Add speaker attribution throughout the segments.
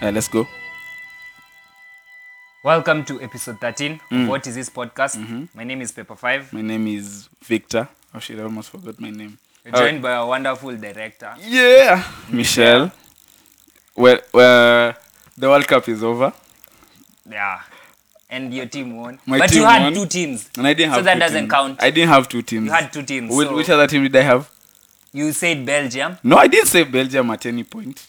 Speaker 1: Uh, let's go.
Speaker 2: Welcome to episode 13
Speaker 1: Mm.
Speaker 2: of What Is This Podcast.
Speaker 1: Mm-hmm.
Speaker 2: My name is Pepper Five.
Speaker 1: My name is Victor. Oh shit, I almost forgot my name.
Speaker 2: We're
Speaker 1: All right.
Speaker 2: joined by a wonderful director.
Speaker 1: Yeah, Michelle. Well, well, the World Cup is over,
Speaker 2: Yeah. And your team won.
Speaker 1: My
Speaker 2: but
Speaker 1: team
Speaker 2: you had
Speaker 1: won.
Speaker 2: two teams.
Speaker 1: and I didn't
Speaker 2: So
Speaker 1: have.
Speaker 2: that
Speaker 1: two
Speaker 2: doesn't
Speaker 1: teams.
Speaker 2: count.
Speaker 1: I didn't have two teams.
Speaker 2: You had two teams.
Speaker 1: Whi-
Speaker 2: so
Speaker 1: Which other team did I have?
Speaker 2: you said Belgium.
Speaker 1: No, I didn't say Belgium at any point.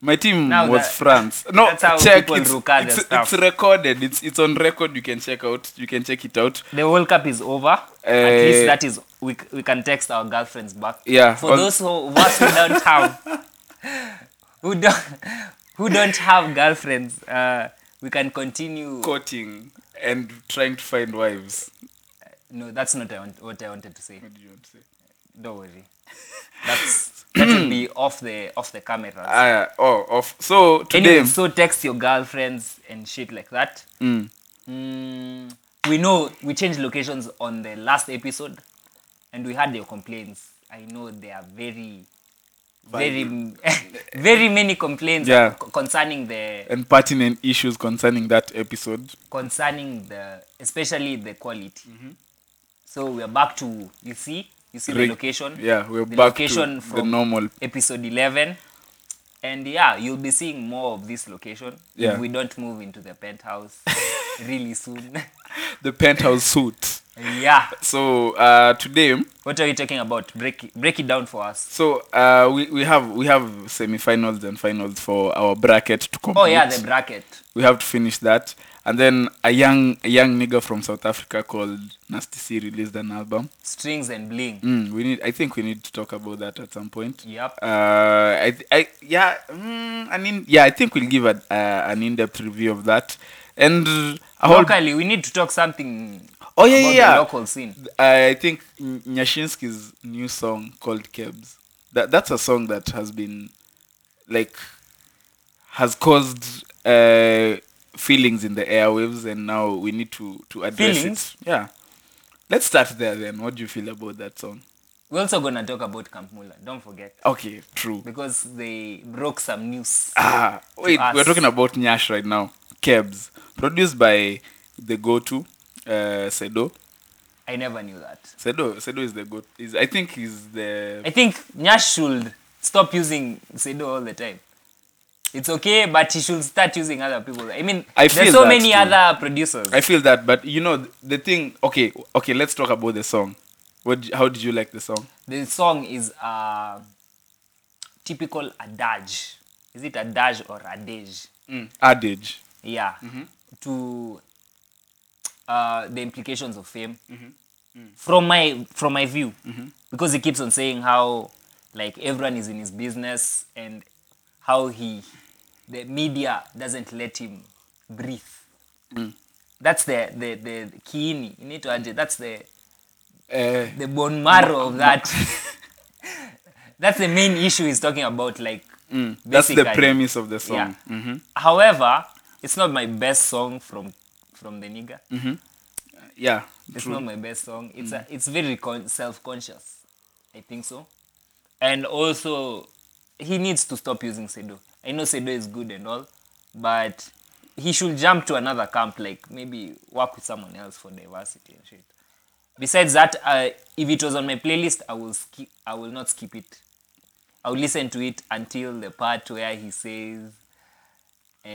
Speaker 1: My team
Speaker 2: Now
Speaker 1: was
Speaker 2: that-
Speaker 1: France. No,
Speaker 2: that's how
Speaker 1: check
Speaker 2: people
Speaker 1: it's,
Speaker 2: look at
Speaker 1: it's,
Speaker 2: the stuff.
Speaker 1: it's recorded. It's it's on record. You can check out. You can check it out.
Speaker 2: The World Cup is over. At
Speaker 1: Eh.
Speaker 2: least that is we, c- we can text our girlfriends back.
Speaker 1: Yeah,
Speaker 2: For
Speaker 1: on-
Speaker 2: those who, of us who don't have who don't who don't have girlfriends, uh, we can continue.
Speaker 1: Courting and trying to find wives.
Speaker 2: No, that's not I want- what I wanted to say.
Speaker 1: What do you want to say?
Speaker 2: Don't worry. That's that will be off the off the camera.
Speaker 1: Ah, oh, off. So today,
Speaker 2: Anyway, so text your girlfriends and shit like that. Mm, we know we changed locations on the last episode, and we had your complaints. I know there are very, very, very many complaints
Speaker 1: Yeah.
Speaker 2: co- concerning the
Speaker 1: and pertinent issues concerning that episode.
Speaker 2: concerning the especially the quality. So we are back to you see you see
Speaker 1: Mm-hmm. Re-
Speaker 2: the location.
Speaker 1: Yeah, we're
Speaker 2: the
Speaker 1: back to
Speaker 2: location
Speaker 1: the
Speaker 2: from
Speaker 1: normal.
Speaker 2: episode 11 and yeah you'll be seeing more of this location if
Speaker 1: Yeah.
Speaker 2: we don't move into the penthouse really soon
Speaker 1: The penthouse suit.
Speaker 2: yeah
Speaker 1: So uh, today,
Speaker 2: what are we talking about break it, break it down for us
Speaker 1: so uh, we, we have we have semifinals and finals for our bracket to complete.
Speaker 2: oh yeah the bracket
Speaker 1: we have to finish that. And then a young a young nigga from South Africa called Nasty C released an album.
Speaker 2: strings and bling
Speaker 1: Mm, we need I think we need to talk about that at some point.
Speaker 2: Yep.
Speaker 1: Uh, I, th- I yeah, mm, I mean yeah, I think we'll give a, uh, an in-depth review of that. And a whole,
Speaker 2: locally we need to talk something
Speaker 1: Oh, yeah,
Speaker 2: about
Speaker 1: yeah, yeah.
Speaker 2: the local scene
Speaker 1: I think N- Nyashinsky's new song called Kebs. That that's a song that has been like has caused uh, feelings in the airwaves, and now we need to to address
Speaker 2: Feelings?
Speaker 1: it. Yeah, let's start there. Then, what do you feel about that song?
Speaker 2: we're also gonna talk about camp Mula, don't forget
Speaker 1: Okay, true.
Speaker 2: because they broke some news
Speaker 1: Ah, wait,
Speaker 2: us.
Speaker 1: we're talking about Nyash right now. Kebs, produced by the go-to uh, Sedo.
Speaker 2: i never knew that
Speaker 1: Sedo, Sedo is the go. Is I think he's the
Speaker 2: I think Nyash should stop using Sedo all the time. It's okay, but he should start using other people. I mean,
Speaker 1: I
Speaker 2: there's
Speaker 1: feel
Speaker 2: so
Speaker 1: that
Speaker 2: many
Speaker 1: too.
Speaker 2: other producers.
Speaker 1: I feel that, but you know th- the thing. Okay, okay, let's talk about the song. What? d- How did you like the song?
Speaker 2: the song is a typical adage. Is it adage or adage?
Speaker 1: Adage.
Speaker 2: Yeah.
Speaker 1: Mm-hmm.
Speaker 2: To uh, the implications of fame.
Speaker 1: Mm-hmm. Mm.
Speaker 2: From my from my view, because he keeps on saying how like everyone is in his business and how he the media doesn't let him breathe.
Speaker 1: Mm.
Speaker 2: That's the the the kiini. You need to adjust. That's the
Speaker 1: Uh,
Speaker 2: the bone marrow of that. That's the main issue he's talking about. Like
Speaker 1: Mm. that's the
Speaker 2: basically.
Speaker 1: premise of the song.
Speaker 2: Yeah. Mm-hmm. However, it's not my best song from from the nigga.
Speaker 1: Yeah,
Speaker 2: It's
Speaker 1: true.
Speaker 2: not my best song. It's a, it's very con- self-conscious. I think so. And also he needs to stop using Sedo. I know Sedo is good and all, but he should jump to another camp like maybe work with someone else for diversity and shit. Besides that, uh, if it was on my playlist, I will skip I will not skip it. I will listen to it until the part where he says uh,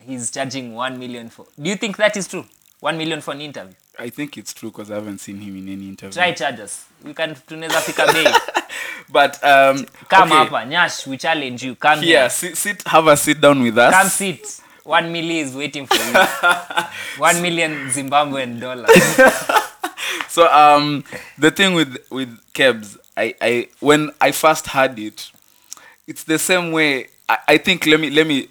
Speaker 2: he's charging 1 million for do you think that is true 1 million for an interview
Speaker 1: I think it's true because I haven't seen him in any interview.
Speaker 2: try charges we can tunaweza fika bei
Speaker 1: But um,
Speaker 2: come
Speaker 1: okay,
Speaker 2: hapa nyash we challenge you come
Speaker 1: Here,
Speaker 2: here
Speaker 1: sit, sit, have a sit down with us.
Speaker 2: come sit 1 million is waiting for you 1 million zimbabwean dollar
Speaker 1: so um the thing with with kebs i i when i first heard it it's the same way i, I think let me let me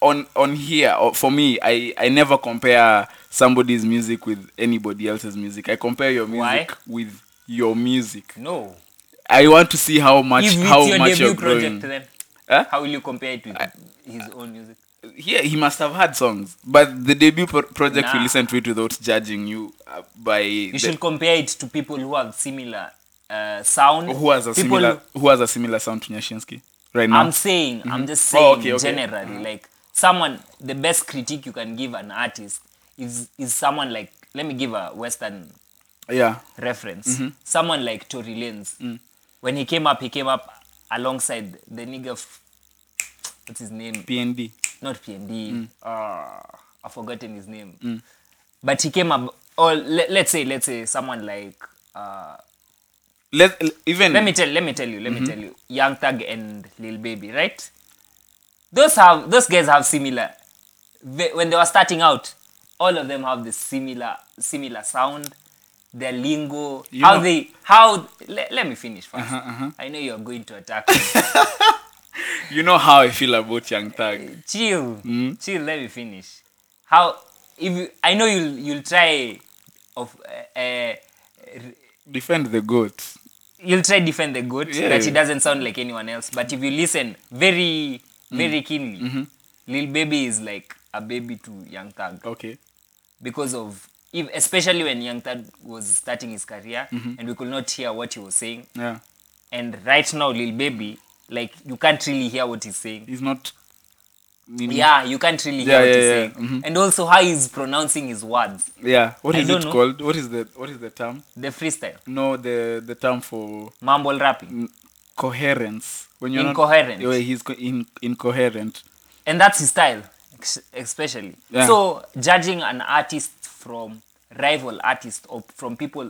Speaker 1: on on here or for me i i never compare somebody's music with anybody else's music i compare your
Speaker 2: Why?
Speaker 1: music with your music
Speaker 2: no
Speaker 1: i want to see how much
Speaker 2: if
Speaker 1: how
Speaker 2: it's your
Speaker 1: much you're
Speaker 2: debut
Speaker 1: growing
Speaker 2: project then
Speaker 1: Huh?
Speaker 2: how will you compare it with his own music
Speaker 1: yeah he must have had songs but the debut pro- project we
Speaker 2: Nah.
Speaker 1: listen to it without judging you uh, by
Speaker 2: you
Speaker 1: the-
Speaker 2: should compare it to people who have similar uh, sound
Speaker 1: who has a
Speaker 2: people
Speaker 1: similar who has a similar sound to nyashinsky right now?
Speaker 2: I'm saying, I'm just saying
Speaker 1: Mm-hmm. Oh, okay, okay.
Speaker 2: generally, like someone, the best critique you can give an artist is is someone like, let me give a Western
Speaker 1: yeah.
Speaker 2: reference.
Speaker 1: Mm-hmm.
Speaker 2: Someone like Tory Lanez,
Speaker 1: Mm.
Speaker 2: when he came up, he came up alongside the nigga, f- what's his name?
Speaker 1: PND.
Speaker 2: Not PND.
Speaker 1: Mm.
Speaker 2: Uh, I've forgotten his name. But he came up, or let, let's say, let's say someone like. Uh,
Speaker 1: Let even
Speaker 2: let me tell let me tell you let
Speaker 1: Mhm.
Speaker 2: me tell you young thug and lil baby right those have those guys have similar they, when they were starting out all of them have the similar similar sound their lingo
Speaker 1: You know-
Speaker 2: how
Speaker 1: Uh-huh,
Speaker 2: they how let, let me finish 1st i know you're going to attack me.
Speaker 1: you know how I feel about Young Thug.
Speaker 2: chill
Speaker 1: Mm.
Speaker 2: chill let me finish how if you, i know you'll you'll try of uh, uh,
Speaker 1: Defend the goats.
Speaker 2: you'll try defend the goat
Speaker 1: Yeah.
Speaker 2: that he doesn't sound like anyone else but if you listen very
Speaker 1: Mm.
Speaker 2: very keenly
Speaker 1: Mm-hmm.
Speaker 2: lil baby is like a baby to young thug
Speaker 1: Okay.
Speaker 2: because of if, especially when young thug was starting his career
Speaker 1: Mm-hmm.
Speaker 2: and we could not hear what he was saying
Speaker 1: Yeah.
Speaker 2: and right now lil baby like you can't really hear what he's saying
Speaker 1: He's not.
Speaker 2: yeah you can't really hear
Speaker 1: Mm-hmm. Yeah,
Speaker 2: what
Speaker 1: yeah, Mm-hmm.
Speaker 2: he's
Speaker 1: yeah.
Speaker 2: saying and also how he's pronouncing his words
Speaker 1: Yeah. What
Speaker 2: I
Speaker 1: is
Speaker 2: don't
Speaker 1: it
Speaker 2: know.
Speaker 1: called? What is the What is the term?
Speaker 2: the freestyle
Speaker 1: No, the the term for
Speaker 2: mumble rapping
Speaker 1: n- coherence when you're
Speaker 2: Incoherent.
Speaker 1: Not, Yeah, he's co- in, incoherent.
Speaker 2: and that's his style ex- especially
Speaker 1: Yeah.
Speaker 2: so judging an artist from rival artists or from people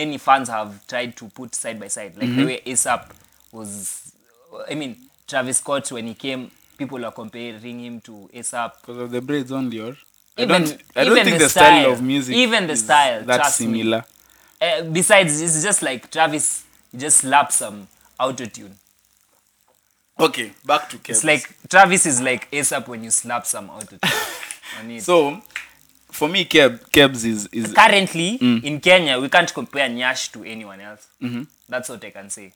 Speaker 2: many fans have tried to put side by side like
Speaker 1: Mm-hmm.
Speaker 2: the way asap was i mean travis scott when he came people were comparing him to asap
Speaker 1: because of the braids only or I
Speaker 2: Even-
Speaker 1: don't, I don't
Speaker 2: even
Speaker 1: think
Speaker 2: the
Speaker 1: the style,
Speaker 2: style,
Speaker 1: of music
Speaker 2: even the
Speaker 1: is
Speaker 2: style,
Speaker 1: that
Speaker 2: trust me.
Speaker 1: similar
Speaker 2: uh, besides it's just like travis just slapped some auto tune
Speaker 1: okay back to Kebs.
Speaker 2: it's like travis is like asap when you slap some auto tune
Speaker 1: so for me Keb, Kebs is is
Speaker 2: currently
Speaker 1: mm.
Speaker 2: in kenya we can't compare nyash to anyone else
Speaker 1: Mm-hmm.
Speaker 2: that's what i can say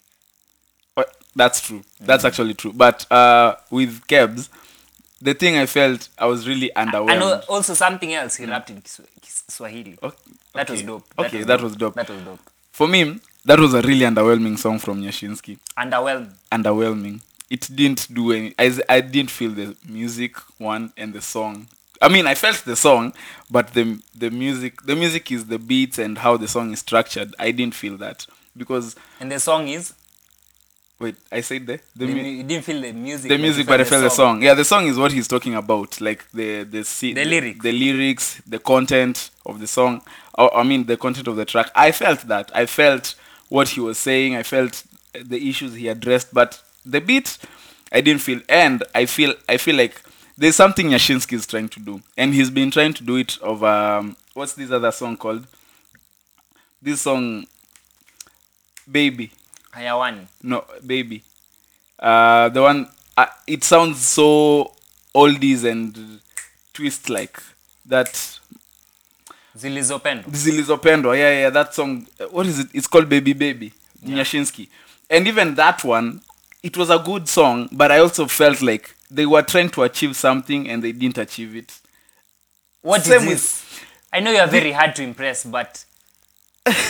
Speaker 1: uh, that's true that's actually true but uh with Kebs the thing I felt I was really
Speaker 2: and al-
Speaker 1: underwhelmed
Speaker 2: also something else he rapped in Kiswa- kiswahili
Speaker 1: Ok-
Speaker 2: that was
Speaker 1: okay.
Speaker 2: dope
Speaker 1: okay that was dope
Speaker 2: that was dope
Speaker 1: for me that was a really underwhelming song from Nyashinsky
Speaker 2: underwhelmed
Speaker 1: underwhelming. It didn't do any. I, s- I didn't feel the music one and the song. I mean, I felt the song, but the the music the music is the beats and how the song is structured. I didn't feel that because
Speaker 2: and the song is
Speaker 1: wait, I said the the,
Speaker 2: the,
Speaker 1: mu-
Speaker 2: mu- you didn't feel the music
Speaker 1: the
Speaker 2: you
Speaker 1: music, but I felt the song. Yeah, the song is what he's talking about, like the the se-
Speaker 2: The lyrics.
Speaker 1: the lyrics, the content of the song. Or, I mean, the content of the track. I felt that. I felt what he was saying. I felt the issues he addressed, but the beat, I didn't feel. And I feel I feel like there's something Yashinsky is trying to do, and he's been trying to do it of um what's this other song called? This song, baby.
Speaker 2: hayawani
Speaker 1: No, baby. Uh, the one. Uh, it sounds so oldies and twist like that.
Speaker 2: zilizopendwa
Speaker 1: Zilizopendwa. Yeah, yeah. That song. uh, What is it? It's called Baby Baby. Nyashinsky. And even that one, it was a good song, but I also felt like they were trying to achieve something and they didn't achieve it.
Speaker 2: what is
Speaker 1: Same
Speaker 2: this i know you are very hard to impress but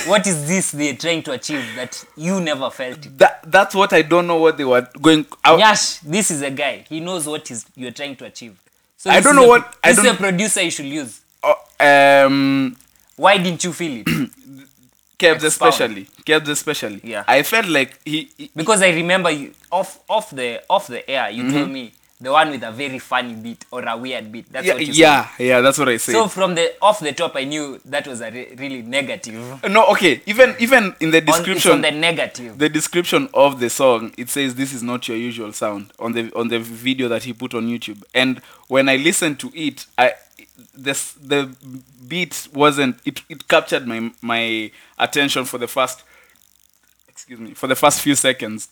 Speaker 2: what is this they're trying to achieve that you never felt it?
Speaker 1: That that's what I don't know what they were going. uh, I,
Speaker 2: Yash, this is a guy. He knows what is you're trying to achieve. So
Speaker 1: I
Speaker 2: this
Speaker 1: don't
Speaker 2: is
Speaker 1: know
Speaker 2: a-
Speaker 1: what- I
Speaker 2: this is
Speaker 1: don't-
Speaker 2: a producer you should use.
Speaker 1: uh, um,
Speaker 2: Why didn't you feel it?
Speaker 1: Kebs
Speaker 2: Expound.
Speaker 1: especially. Kebs especially.
Speaker 2: Yeah.
Speaker 1: I felt like he. he
Speaker 2: Because I remember you off off the off the air.
Speaker 1: Mm-hmm.
Speaker 2: You told me the one with a very funny beat or a weird beat. That's
Speaker 1: yeah,
Speaker 2: what you
Speaker 1: yeah, yeah, that's what I said.
Speaker 2: said. So from the off the top, I knew that was a re- really negative.
Speaker 1: No, okay. Even even in the
Speaker 2: On, it's on
Speaker 1: description,
Speaker 2: the
Speaker 1: the-,
Speaker 2: negative.
Speaker 1: description of the song, it says this is not your usual sound on the on the video that he put on YouTube. And when I listened to it, I this the beat wasn't it, it captured my my attention for the first excuse me for the first few seconds,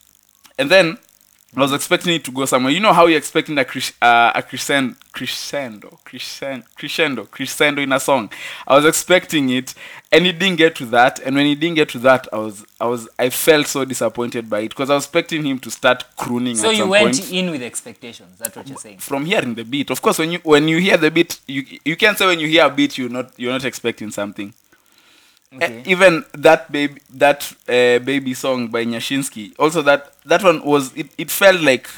Speaker 1: and then I was expecting it to go somewhere. You know how you're expecting a, cres- uh, a crescendo, crescendo, crescendo, crescendo, crescendo in a song. I was expecting it, and it didn't get to that. And when it didn't get to that, I was, I was, I felt so disappointed by it because I was expecting him to start crooning.
Speaker 2: So
Speaker 1: at
Speaker 2: you
Speaker 1: some
Speaker 2: went
Speaker 1: point.
Speaker 2: in with expectations. That's what you're saying.
Speaker 1: from hearing the beat. Of course, when you when you hear the beat, you you can say when you hear a beat, you're not you're not expecting something. Eh, even that baby that uh, baby song by Nyashinsky also that that one was it, it felt like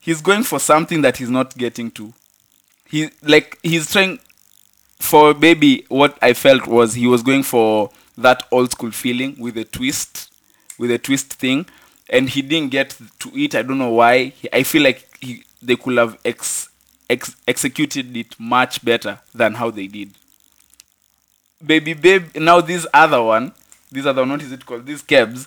Speaker 1: he's going for something that he's not getting to he like he's trying for baby what i felt was he was going for that old school feeling with a twist with a twist thing and he didn't get to it i don't know why He- i feel like he, they could have ex, ex, executed it much better than how they did baby babe now this other one this other one what is it called these kebs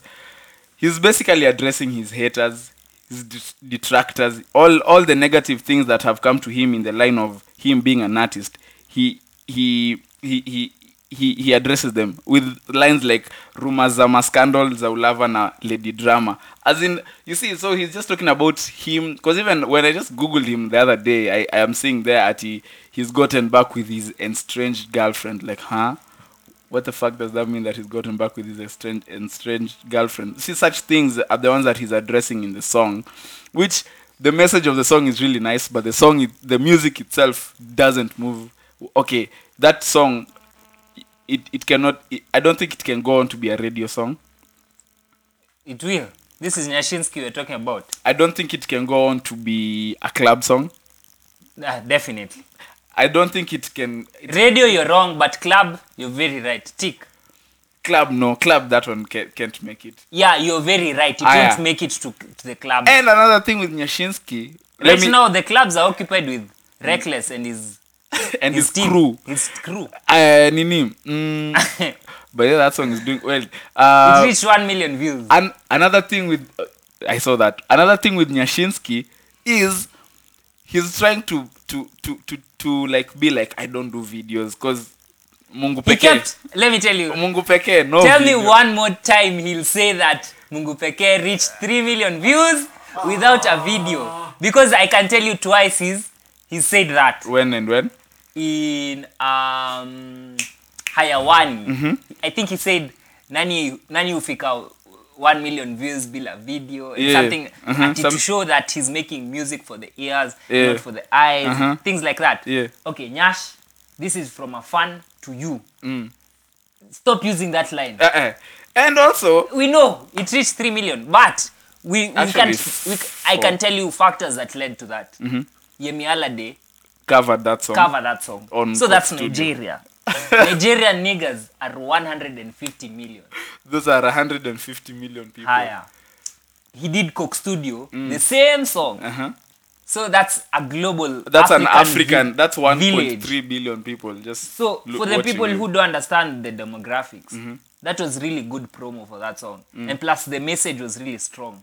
Speaker 1: he's basically addressing his haters his det- detractors all all the negative things that have come to him in the line of him being an artist he he he he he, he addresses them with lines like rumors za mascandal za ulava na lady drama as in you see so he's just talking about him because even when i just googled him the other day i, I am seeing there at he, he's gotten back with his estranged girlfriend like huh what the fuck does that mean that he's gotten back with his estranged, estranged girlfriend? See, such things are the ones that he's addressing in the song, which the message of the song is really nice, but the song, it- the music itself doesn't move. Okay, that song, it, it cannot, it, I don't think it can go on to be a radio song.
Speaker 2: It will. This is Nyashinsky we're talking about.
Speaker 1: I don't think it can go on to be a club song.
Speaker 2: Ah, definitely.
Speaker 1: I don't think it can,
Speaker 2: Radio, you're wrong, but club, you're very right. Tick.
Speaker 1: club, no, club, that one can, can't make it.
Speaker 2: Yeah, you're very right. You
Speaker 1: Ah,
Speaker 2: didn't
Speaker 1: yeah.
Speaker 2: make it to, to the club.
Speaker 1: And another thing with Nyashinsky,
Speaker 2: right now, the clubs are occupied with Reckless and his,
Speaker 1: and his,
Speaker 2: his team.
Speaker 1: crew.
Speaker 2: His crew.
Speaker 1: uh, nini mm,
Speaker 2: it
Speaker 1: but yeah that song is doing well uh,
Speaker 2: reached 1 million views.
Speaker 1: an- another thing with uh, i saw that another thing with nyashinsky is he's trying to to to to, to like be like i don't do videos because mungu
Speaker 2: He
Speaker 1: pekee
Speaker 2: kept, let me tell you,
Speaker 1: mungu pekee no
Speaker 2: tell me
Speaker 1: video.
Speaker 2: one more time he'll say that Mungu Peke reached 3 million views without a video. Because I can tell you twice he's, he said that.
Speaker 1: when and when
Speaker 2: in um hayawani
Speaker 1: Mhm.
Speaker 2: i think he said nani nani hufika 1 million views bila video and
Speaker 1: Yeah.
Speaker 2: something
Speaker 1: Mhm.
Speaker 2: ati to
Speaker 1: Some-
Speaker 2: show that he's making music for the ears
Speaker 1: Yeah.
Speaker 2: not for the eyes
Speaker 1: Uh-huh.
Speaker 2: things like that
Speaker 1: Yeah.
Speaker 2: okay nyash this is from a fan to you
Speaker 1: Mm.
Speaker 2: stop using that line
Speaker 1: uh-uh. and also
Speaker 2: we know it reached 3 million but we, we
Speaker 1: Actually,
Speaker 2: can't
Speaker 1: f-
Speaker 2: we, c- i can
Speaker 1: four. Mm-hmm.
Speaker 2: tell you factors that led to that yemi alade
Speaker 1: covered that song
Speaker 2: cover that song.
Speaker 1: On
Speaker 2: so
Speaker 1: Pop
Speaker 2: that's
Speaker 1: Studio.
Speaker 2: Nigeria. Nigerian niggas are 150 million
Speaker 1: those are 150 million people
Speaker 2: higher. He did Coke Studio, the same song.
Speaker 1: Mm. uh-huh.
Speaker 2: So that's a global.
Speaker 1: that's an
Speaker 2: vi-
Speaker 1: african that's 1.3
Speaker 2: village.
Speaker 1: billion people just
Speaker 2: So
Speaker 1: lo-
Speaker 2: for the
Speaker 1: watching
Speaker 2: people
Speaker 1: you. Mm-hmm.
Speaker 2: who don't understand the demographics, that was really good promo for that song,
Speaker 1: Mm.
Speaker 2: and plus the message was really strong.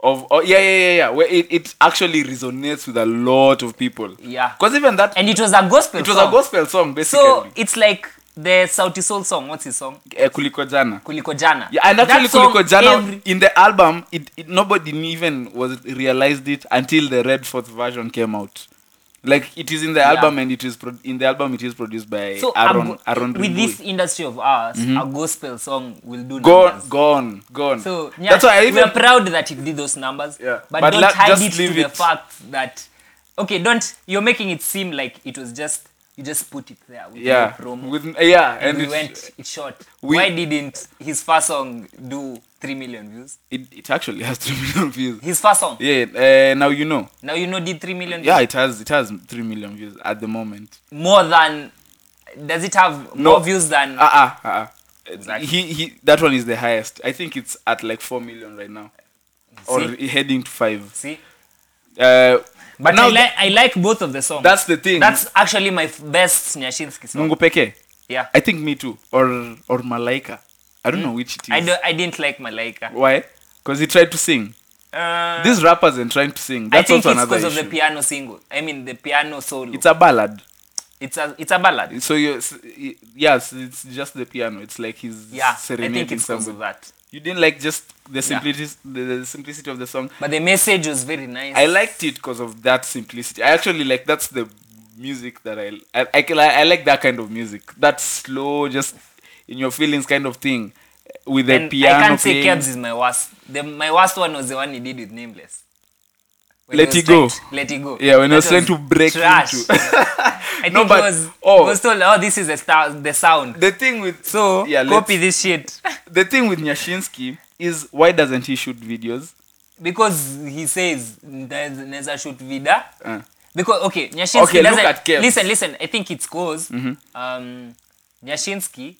Speaker 1: of oh, yeah yeah yeah yeah where it, it actually resonates with a lot of people
Speaker 2: Yeah.
Speaker 1: because even that
Speaker 2: And it was a gospel.
Speaker 1: it was
Speaker 2: song.
Speaker 1: a gospel song basically
Speaker 2: So it's like the Sauti Soul song. What's his song?
Speaker 1: Eh, kuliko jana
Speaker 2: Kuliko Jana.
Speaker 1: yeah, and
Speaker 2: That
Speaker 1: actually
Speaker 2: song,
Speaker 1: kuliko jana
Speaker 2: every-
Speaker 1: in the album it, it nobody even was realized it until the red fourth version came out like it is in the album and it is pro- in the album it is produced by
Speaker 2: so a
Speaker 1: Eh, aaron
Speaker 2: go-
Speaker 1: aaron Mm-hmm.
Speaker 2: with
Speaker 1: Ringui.
Speaker 2: this industry of ours a gospel song will do
Speaker 1: gone
Speaker 2: numbers.
Speaker 1: gone gone
Speaker 2: so yeah,
Speaker 1: that's why i
Speaker 2: we're
Speaker 1: even
Speaker 2: proud that it did those numbers
Speaker 1: Yeah.
Speaker 2: but,
Speaker 1: But
Speaker 2: don't
Speaker 1: la-
Speaker 2: hide
Speaker 1: just
Speaker 2: it to
Speaker 1: leave
Speaker 2: the
Speaker 1: it.
Speaker 2: fact that okay don't you're making it seem like it was just you just put it there with
Speaker 1: yeah
Speaker 2: no promo
Speaker 1: with, yeah and
Speaker 2: and we
Speaker 1: it,
Speaker 2: went it short
Speaker 1: we-
Speaker 2: why didn't his first song do 3 million views
Speaker 1: it, it actually has 3 million views
Speaker 2: his first song
Speaker 1: yeah uh, now you know
Speaker 2: now you know did 3 million
Speaker 1: yeah it has it has 3 million views at the moment
Speaker 2: views? more than does it have
Speaker 1: No.
Speaker 2: more views than
Speaker 1: ah ah ah
Speaker 2: Exactly.
Speaker 1: exactly. he he that one is the highest i think it's at like 4 million right now or
Speaker 2: See?
Speaker 1: heading to 5
Speaker 2: see
Speaker 1: uh
Speaker 2: but
Speaker 1: now
Speaker 2: I, li- I like both of the songs
Speaker 1: that's the thing
Speaker 2: That's actually my f- best Nyashinsky song.
Speaker 1: mungu peke
Speaker 2: Yeah.
Speaker 1: i think me too or or malaika i don't know which it is
Speaker 2: Hmm. I, do, I didn't like Malaika.
Speaker 1: why because he tried to sing
Speaker 2: Uh,
Speaker 1: these rappers and trying to sing
Speaker 2: I
Speaker 1: that's
Speaker 2: think
Speaker 1: also
Speaker 2: it's
Speaker 1: another
Speaker 2: because of
Speaker 1: issue
Speaker 2: the piano single. I mean, the piano solo.
Speaker 1: it's a ballad
Speaker 2: It's a, it's a ballad.
Speaker 1: so you s- y- yes it's just the piano it's like he's
Speaker 2: Yeah. I
Speaker 1: serenading
Speaker 2: think it's because
Speaker 1: somebody
Speaker 2: of that.
Speaker 1: you didn't like just the simplicity the, the simplicity of the song
Speaker 2: But the message was very nice.
Speaker 1: I liked it because of that simplicity. I actually like that's the music that I I, I can- I like that kind of music. That slow, just in your feelings kind of thing, eh, with the
Speaker 2: and
Speaker 1: piano
Speaker 2: I can't say
Speaker 1: playing.
Speaker 2: Kebs is my worst. The, my worst one was the one he did with Nameless. When
Speaker 1: Let
Speaker 2: he was
Speaker 1: it go.
Speaker 2: trying to- let it go.
Speaker 1: Yeah, when he
Speaker 2: That
Speaker 1: was trying to break
Speaker 2: trash.
Speaker 1: into-
Speaker 2: I
Speaker 1: No,
Speaker 2: think
Speaker 1: but-
Speaker 2: he was,
Speaker 1: oh.
Speaker 2: he was told, oh, this is the, star, the sound.
Speaker 1: The thing with
Speaker 2: So,
Speaker 1: yeah, let's-
Speaker 2: copy this shit.
Speaker 1: the thing with Nyashinsky is why doesn't he shoot videos?
Speaker 2: because he says "Nda- naeza shoot vida
Speaker 1: Uh,
Speaker 2: because okay nyashinsky
Speaker 1: Okay, look
Speaker 2: doesn't-
Speaker 1: at Mm-hmm. Kevs.
Speaker 2: listen listen i think it's cause um nyashinsky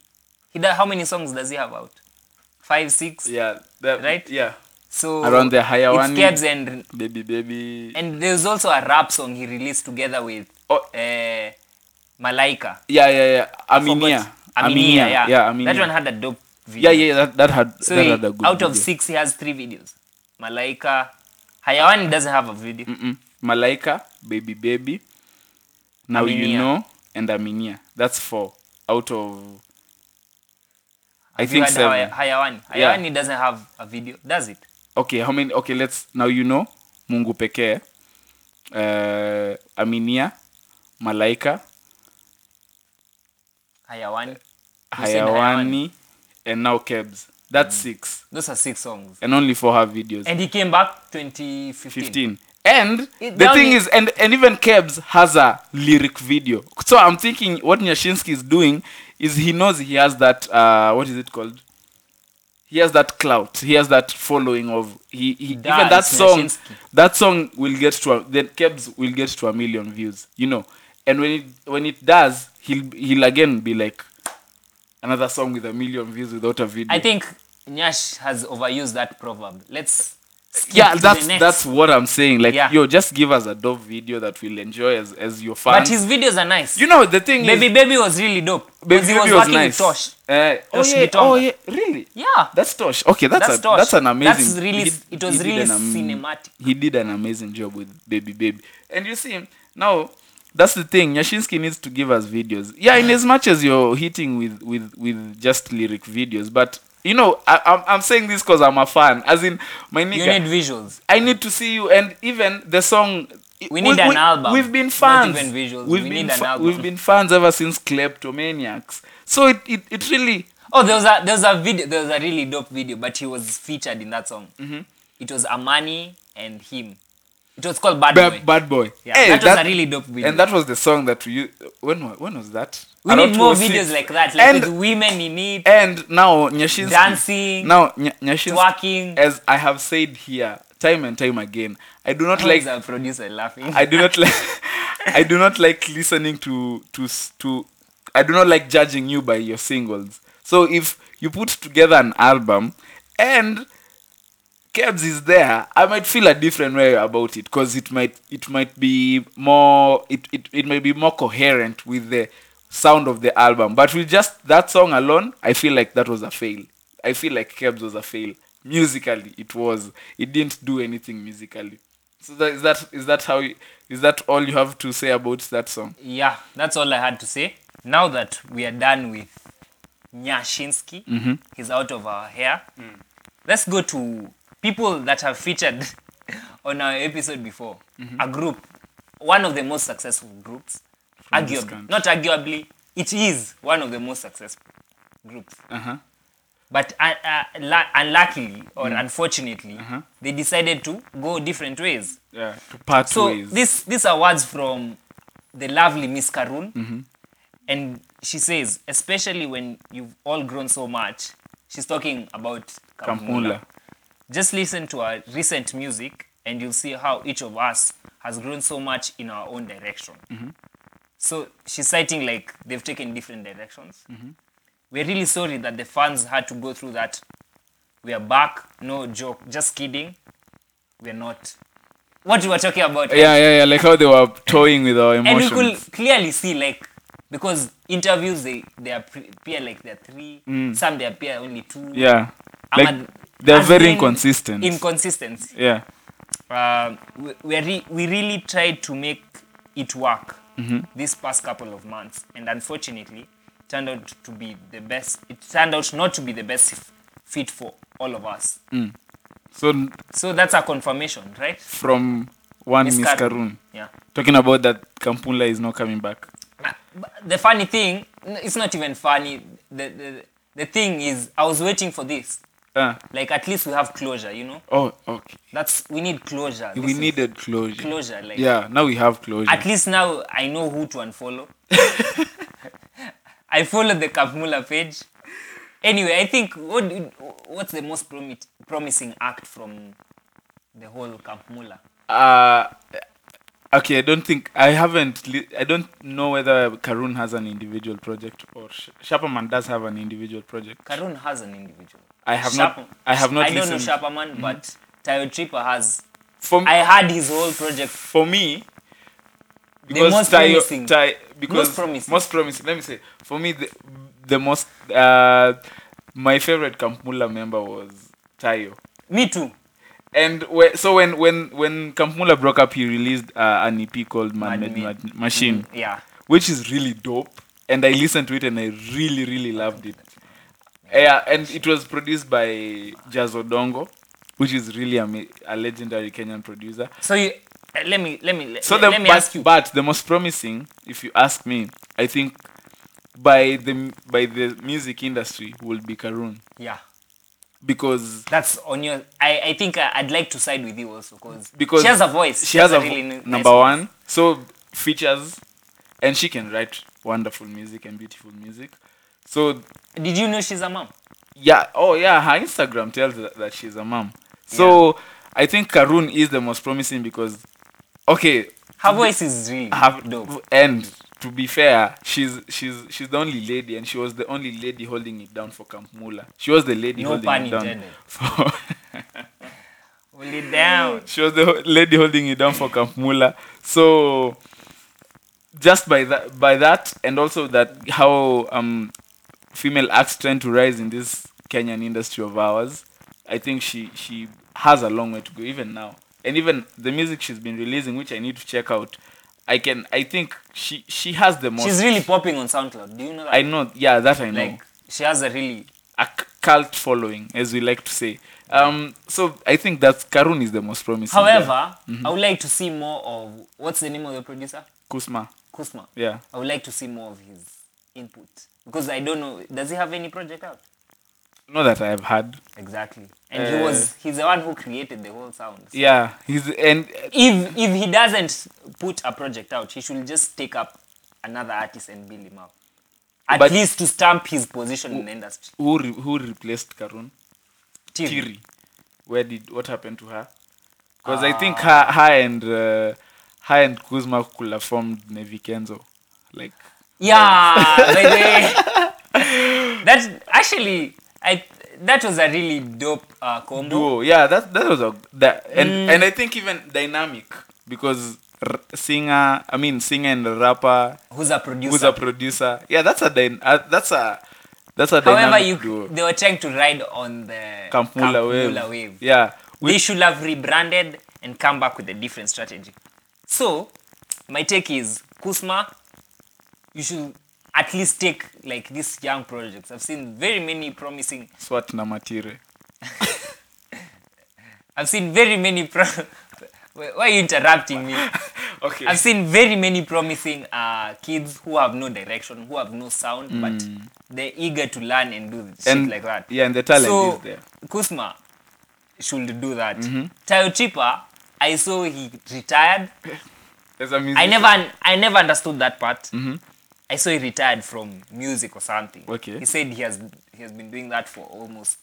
Speaker 2: he da- how many songs does he have out five six
Speaker 1: yeah, that,
Speaker 2: Right?
Speaker 1: Yeah,
Speaker 2: so
Speaker 1: Around the higher
Speaker 2: it's
Speaker 1: one.
Speaker 2: Kebs and
Speaker 1: baby, baby.
Speaker 2: and there's also a rap song he released together with
Speaker 1: Oh.
Speaker 2: uh, malaika
Speaker 1: yeah, yeah, yeah.
Speaker 2: Forgot-
Speaker 1: Aminia.
Speaker 2: Aminia, yeah.
Speaker 1: yeah, Aminia.
Speaker 2: that one had a dope video
Speaker 1: yeah, yeah, that, that had
Speaker 2: so
Speaker 1: that
Speaker 2: he-
Speaker 1: had a good
Speaker 2: out of
Speaker 1: video.
Speaker 2: six he has three videos malaika hayawani doesn't have a video
Speaker 1: Mm-mm. Malaika, Baby Baby, Now You
Speaker 2: Aminia.
Speaker 1: Know, and Aminia. That's four out of. I
Speaker 2: Have you
Speaker 1: think
Speaker 2: had Haya-
Speaker 1: seven.
Speaker 2: Hayawani.
Speaker 1: Yeah.
Speaker 2: Hayawani doesn't have a video, does it?
Speaker 1: Okay, how many? Okay, let's. Now You Know, Mungu Pekee, uh, Aminia, Malaika,
Speaker 2: Hayawani. You said Mm.
Speaker 1: Hayawani, and now Kebs. That's six.
Speaker 2: Those are six songs.
Speaker 1: And only for her videos.
Speaker 2: And he came back 2015.
Speaker 1: 15 and
Speaker 2: It-
Speaker 1: the
Speaker 2: now
Speaker 1: thing
Speaker 2: the-
Speaker 1: is and, and even kebs has a lyric video so i'm thinking what nyashinsky is doing is he knows he has that uh, what is it called he has that clout he has that following of he, he even
Speaker 2: That's
Speaker 1: that song
Speaker 2: Nyashinsky.
Speaker 1: that song will get to a, then kebs will get to a million views you know and when it when it does he'll he'll again be like another song with a million views without a video
Speaker 2: I think Nyash has overused that proverb. Let's. skip
Speaker 1: yeah
Speaker 2: to the
Speaker 1: that's
Speaker 2: next.
Speaker 1: that's what i'm saying like
Speaker 2: Yeah.
Speaker 1: yo just give us a dope video that we'll enjoy as as your fans
Speaker 2: But his videos are nice.
Speaker 1: you know the thing
Speaker 2: Baby
Speaker 1: is
Speaker 2: Baby was really dope. 'Cause
Speaker 1: baby
Speaker 2: he
Speaker 1: Baby
Speaker 2: was
Speaker 1: was
Speaker 2: working
Speaker 1: nice.
Speaker 2: with Tosh.
Speaker 1: Eh, oh,
Speaker 2: Tosh
Speaker 1: yeah,
Speaker 2: Gitonga.
Speaker 1: oh yeah really
Speaker 2: Yeah.
Speaker 1: that's tosh okay that's
Speaker 2: That's
Speaker 1: a,
Speaker 2: Tosh.
Speaker 1: that's an amazing
Speaker 2: That's really- it was
Speaker 1: did
Speaker 2: really
Speaker 1: an am-
Speaker 2: cinematic.
Speaker 1: he did an amazing job with baby baby and you see now that's the thing yashinsky needs to give us videos yeah in as much as you're hitting with with with just lyric videos but you know I, I'm, I'm saying this because i'm a fan as in my nigga
Speaker 2: You need visuals.
Speaker 1: I need to see you. And even the song.
Speaker 2: We need an album,
Speaker 1: We've been
Speaker 2: not
Speaker 1: fans.
Speaker 2: even visuals.
Speaker 1: We've
Speaker 2: We
Speaker 1: been
Speaker 2: need an album.
Speaker 1: We've been fans ever since Kleptomaniacs. So it, it, it really.
Speaker 2: Oh, there was a there was a video there was a really dope video, but he was featured in that song.
Speaker 1: Mm-hmm.
Speaker 2: It was Amani and him. It was called Bad Boy.
Speaker 1: Ba- Bad boy.
Speaker 2: Yeah, that was a really dope video.
Speaker 1: And that was the song that we. u- When wa- when was that?
Speaker 2: we
Speaker 1: Around
Speaker 2: need more
Speaker 1: 2006.
Speaker 2: videos like that, like with
Speaker 1: and
Speaker 2: women in it,
Speaker 1: and now Nyashinsky.
Speaker 2: Dancing,
Speaker 1: Now Ny- Nyashinsky.
Speaker 2: twerking.
Speaker 1: As I have said here, time and time again, I do not like
Speaker 2: like the producer laughing.
Speaker 1: I do not like I do not like listening to to s- to I do not like judging you by your singles. So if you put together an album and Kebs is there, I might feel a different way about it because it might it might be more it, it it might be more coherent with the sound of the album. But with just that song alone, I feel like that was a fail. I feel like Kebs was a fail. Musically, it was. It didn't do anything musically. So that, is that is that how you, is that all you have to say about that song?
Speaker 2: yeah, that's all I had to say. Now that we are done with Nyashinsky,
Speaker 1: Mm-hmm.
Speaker 2: he's out of our hair.
Speaker 1: Mm.
Speaker 2: Let's go to people that have featured on our episode before.
Speaker 1: Mm-hmm.
Speaker 2: A group, one of the most successful groups,
Speaker 1: this
Speaker 2: arguably,
Speaker 1: country.
Speaker 2: not arguably, it is one of the most successful groups.
Speaker 1: Uh-huh.
Speaker 2: But uh, uh, la- unluckily or
Speaker 1: Mm.
Speaker 2: unfortunately,
Speaker 1: Uh-huh.
Speaker 2: they decided to go different ways.
Speaker 1: Yeah. To part
Speaker 2: So
Speaker 1: ways.
Speaker 2: this these are words from the lovely Miss Karun, and she says, especially when you've all grown so much, she's talking about Kampmula.
Speaker 1: Kampmula.
Speaker 2: Just listen to our recent music, and you'll see how each of us has grown so much in our own direction. So she's citing like they've taken different directions. We're really sorry that the fans had to go through that. We are back. No joke. Just kidding. We're not. What we were talking about. right?
Speaker 1: yeah, yeah, yeah. Like how they were toying with our
Speaker 2: and we
Speaker 1: emotions.
Speaker 2: could clearly see like because interviews they they appear like they're three some they appear only two
Speaker 1: Mm. Yeah.
Speaker 2: Ama-
Speaker 1: Like they're
Speaker 2: has
Speaker 1: very
Speaker 2: been
Speaker 1: inconsistent.
Speaker 2: inconsistency
Speaker 1: yeah.
Speaker 2: um, we, we, are re- we really tried to make it work
Speaker 1: Mm-hmm.
Speaker 2: this past couple of months and unfortunately it turned out to be the best it turned out not to be the best f- fit for all of us
Speaker 1: Mm. So n-
Speaker 2: so that's a confirmation right
Speaker 1: from one Miss
Speaker 2: Kar-
Speaker 1: Karun
Speaker 2: yeah
Speaker 1: talking about that Kampula is not coming back.
Speaker 2: Ah, But the funny thing n- it's not even funny the, the the thing is i was waiting for this
Speaker 1: Uh,
Speaker 2: Like at least we have closure, you know.
Speaker 1: oh, okay.
Speaker 2: That's we need closure.
Speaker 1: We
Speaker 2: This is-
Speaker 1: needed closure.
Speaker 2: closure, like-
Speaker 1: yeah, now we have closure.
Speaker 2: At least now I know who to unfollow. I follow the Kapmula page. Anyway, I think what do- what's the most promi- promising act from the whole Kapmula?
Speaker 1: uh, okay, I don't think I haven't. Li- I don't know whether Karun has an individual project or Sh- Shaperman does have an individual project.
Speaker 2: Karun has an individual.
Speaker 1: I have not- I have not
Speaker 2: I don't
Speaker 1: listened. Mm-hmm.
Speaker 2: know Shaperman, but Tayo Tripper has.
Speaker 1: For me,
Speaker 2: I had his whole project.
Speaker 1: for me, because
Speaker 2: most
Speaker 1: Tayo-
Speaker 2: promising.
Speaker 1: Tai- because
Speaker 2: Most promising.
Speaker 1: most promising, Let me say, for me, the, the most uh, my favorite Kampmula member was Tayo.
Speaker 2: Me too.
Speaker 1: And whe- so when when when Kampmula broke up, he released uh, an EP called Man
Speaker 2: Mad
Speaker 1: Made
Speaker 2: Me.
Speaker 1: Mad- Machine.
Speaker 2: Mm, Yeah.
Speaker 1: which is really dope. And I listened to it and I really, really loved it. Yeah, and it was produced by Jazz Odongo, which is really a, ma- a legendary Kenyan producer.
Speaker 2: So you, uh, let me let me
Speaker 1: So
Speaker 2: so
Speaker 1: the
Speaker 2: let me
Speaker 1: but,
Speaker 2: ask you.
Speaker 1: but the most promising, if you ask me, I think by the m- by the music industry will be Karun
Speaker 2: yeah.
Speaker 1: because
Speaker 2: That's on your. I, I think I, I'd like to side with you also because
Speaker 1: because
Speaker 2: she has a voice.
Speaker 1: She has a
Speaker 2: really
Speaker 1: vo-
Speaker 2: ni- nice
Speaker 1: number
Speaker 2: voice.
Speaker 1: one. So features, and she can write wonderful music and beautiful music. So
Speaker 2: Did you know she's a mom?
Speaker 1: yeah oh yeah her instagram tells that, that she's a mom so i think karun is the most promising because okay
Speaker 2: Her voice is really
Speaker 1: her,
Speaker 2: dope.
Speaker 1: and to be fair she's she's she's the only lady and she was the only lady holding it down for camp mula she was the lady
Speaker 2: No
Speaker 1: holding
Speaker 2: pun
Speaker 1: it down
Speaker 2: intended.
Speaker 1: for
Speaker 2: Hold it down.
Speaker 1: she was the ho- lady holding it down for camp mula so just by that by that and also that how um female acts tend to rise in this Kenyan industry of ours, I think she she has a long way to go even now. And even the music she's been releasing, which I need to check out, I can I think she she has the most.
Speaker 2: She's really popping on SoundCloud. Do you know that?
Speaker 1: I know, yeah, that I know.
Speaker 2: like she has a really
Speaker 1: a c- cult following, as we like to say. Um, so I think that Karun is the Mm-hmm. most promising. there.
Speaker 2: However, I would like to see more of what's the name of the producer?
Speaker 1: Kusma,
Speaker 2: Kusma.
Speaker 1: yeah,
Speaker 2: I would like to see more of his input because I don't know. Does he have any project out?
Speaker 1: not that I have had.
Speaker 2: Exactly. And he
Speaker 1: Uh,
Speaker 2: was he's the one who created the whole sound.
Speaker 1: Yeah, he's and
Speaker 2: If if he doesn't put a project out, he should just take up another artist and build him up. At
Speaker 1: But-
Speaker 2: least to stamp his position in the industry.
Speaker 1: who re- who replaced Karun?
Speaker 2: Tiri.
Speaker 1: Kiri. Where did what happened to her? Because I think her,
Speaker 2: Ah.
Speaker 1: her and uh, her and Kuzma could have formed Nevi Kenzo. Like
Speaker 2: Yeah, by the way. That actually I that was a really dope uh, combo.
Speaker 1: duo, yeah. That that was a that and
Speaker 2: Mm.
Speaker 1: and I think even dynamic because r- singer, I mean singer and rapper
Speaker 2: Who's a producer?
Speaker 1: who's a producer. Yeah, that's a dyn- uh, that's a that's a
Speaker 2: However,
Speaker 1: dynamic
Speaker 2: you
Speaker 1: duo.
Speaker 2: they were trying to ride on the
Speaker 1: Kampula
Speaker 2: Kampula
Speaker 1: wave.
Speaker 2: wave.
Speaker 1: Yeah,
Speaker 2: they
Speaker 1: which
Speaker 2: should have rebranded and come back with a different strategy. So, my take is Kusma, you should at least take like these young projects. I've seen very many promising.
Speaker 1: swat na matire.
Speaker 2: I've seen very many. Pro- why why are you interrupting me?
Speaker 1: Okay.
Speaker 2: I've seen very many promising uh, kids who have no direction, who have no sound, but they're eager to learn and do shit
Speaker 1: Mm. and
Speaker 2: like that.
Speaker 1: Yeah, and the talent
Speaker 2: so
Speaker 1: is there. Mhm.
Speaker 2: Kusma should do that. Tayo Chipa, I saw he retired.
Speaker 1: As a
Speaker 2: I
Speaker 1: musician.
Speaker 2: never I never understood that part. I saw he retired from music or something.
Speaker 1: Mhm. Okay.
Speaker 2: He said he has he has been doing that for almost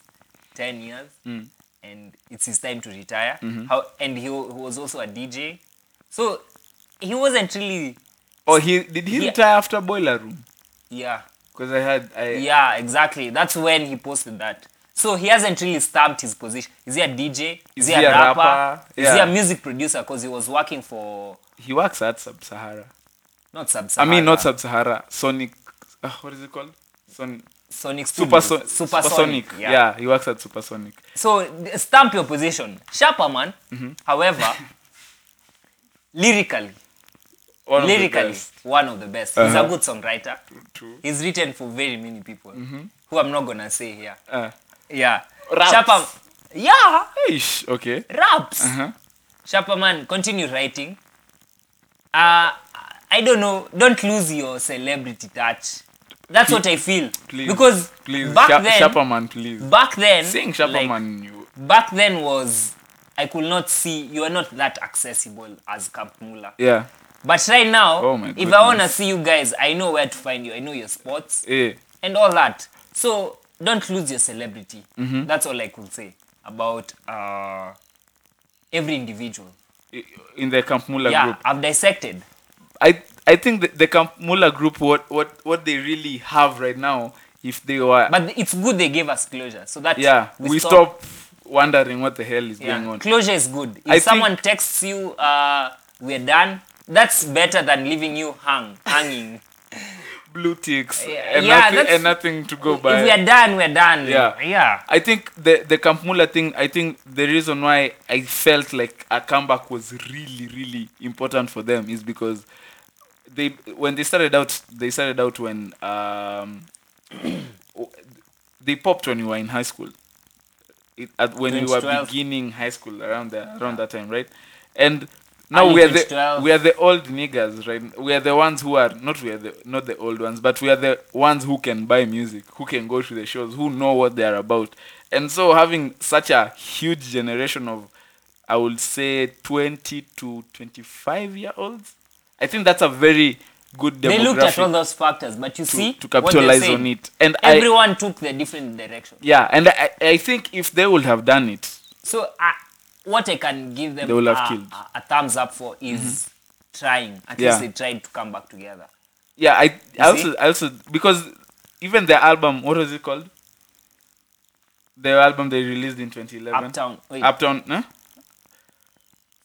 Speaker 2: ten years,
Speaker 1: Mm.
Speaker 2: and it's his time to retire.
Speaker 1: Mm-hmm.
Speaker 2: How and he, wa- he was also a DJ, so he wasn't really
Speaker 1: Oh, he did he
Speaker 2: Yeah.
Speaker 1: retire after Boiler Room?
Speaker 2: yeah
Speaker 1: Because I had I
Speaker 2: yeah exactly. That's when he posted that. So he hasn't really stamped his position. Is he a DJ? Is, he, a rapper? Is he
Speaker 1: Yeah.
Speaker 2: a music producer? Because he was working for
Speaker 1: he works at Sub Sahara.
Speaker 2: not Sub
Speaker 1: I
Speaker 2: Sahara.
Speaker 1: mean, not Sub Sahara. Sonic. Uh, what is it called? Son-
Speaker 2: Sonic
Speaker 1: Super,
Speaker 2: Studios.
Speaker 1: so- Supersonic. Yeah. he works at Supersonic.
Speaker 2: So th- stamp your position, sharper man.
Speaker 1: Mm-hmm.
Speaker 2: However, lyrically,
Speaker 1: One of the
Speaker 2: lyrically,
Speaker 1: best.
Speaker 2: one of the best. He's a
Speaker 1: Uh-huh.
Speaker 2: good songwriter.
Speaker 1: True.
Speaker 2: He's written for very many people who I'm not gonna say here.
Speaker 1: Uh,
Speaker 2: Yeah,
Speaker 1: Mm-hmm. Raps.
Speaker 2: Sharper- yeah,
Speaker 1: eish, okay.
Speaker 2: raps.
Speaker 1: Uh-huh.
Speaker 2: Sharper man, continue writing. Uh, I don't know. Don't lose your celebrity touch. That's what I feel.
Speaker 1: Please.
Speaker 2: Because
Speaker 1: please,
Speaker 2: back
Speaker 1: Sha-
Speaker 2: then,
Speaker 1: Shapperman, please.
Speaker 2: back then,
Speaker 1: Saying
Speaker 2: like,
Speaker 1: Shapperman, you.
Speaker 2: back then was I could not see. You are not that accessible as Camp Mula.
Speaker 1: Yeah.
Speaker 2: But right now,
Speaker 1: Oh my
Speaker 2: if I wanna
Speaker 1: goodness.
Speaker 2: see you guys, I know where to find you. I know your spots
Speaker 1: Eh.
Speaker 2: and all that. So don't lose your celebrity.
Speaker 1: Mm-hmm.
Speaker 2: That's all I could say about uh, every individual.
Speaker 1: i- eh, In the Camp Mula
Speaker 2: yeah,
Speaker 1: group.
Speaker 2: I've dissected.
Speaker 1: I I think the, the Camp Mula group what, what what they really have right now if they were
Speaker 2: But it's good they gave us closure. So that
Speaker 1: yeah we,
Speaker 2: stop-
Speaker 1: stop, wondering what the hell is
Speaker 2: yeah,
Speaker 1: going on.
Speaker 2: Closure is good. If
Speaker 1: I think-
Speaker 2: someone texts you, uh, we're done, that's better than leaving you hung, hanging.
Speaker 1: Blue ticks
Speaker 2: Yeah,
Speaker 1: and,
Speaker 2: yeah,
Speaker 1: nothing,
Speaker 2: that's-
Speaker 1: and nothing to go
Speaker 2: if
Speaker 1: by.
Speaker 2: we're done, we're done.
Speaker 1: Yeah.
Speaker 2: Yeah.
Speaker 1: I think the the Camp Mula thing. I think the reason why I felt like a comeback was really really important for them is because they when they started out they started out when um they popped when you were in high school. It, at, when we were
Speaker 2: 2012.
Speaker 1: beginning high school around the, around that time, right? And now we
Speaker 2: Early
Speaker 1: are the
Speaker 2: 2012.
Speaker 1: we are the old niggas, right? We are the ones who are not we are the not the old ones, but we are the ones who can buy music, who can go to the shows, who know what they are about. And so having such a huge generation of I would say 20 to 25 year olds, I think that's a very good demographic
Speaker 2: They looked at all those factors, but you
Speaker 1: to,
Speaker 2: see,
Speaker 1: to
Speaker 2: what they're
Speaker 1: capitalize
Speaker 2: saying.
Speaker 1: on it. And I,
Speaker 2: Everyone took the different direction.
Speaker 1: yeah, and I, I think if they would have done it,
Speaker 2: So I, what I can give them
Speaker 1: They will have
Speaker 2: a,
Speaker 1: killed. Mm-hmm.
Speaker 2: a- a thumbs up for is trying. At
Speaker 1: Yeah.
Speaker 2: least they tried to come back together.
Speaker 1: yeah, I, I
Speaker 2: see?
Speaker 1: also, I also because even the album, what was it called? The album they released in 2011,
Speaker 2: Uptown, wait,
Speaker 1: Uptown, huh? Mm.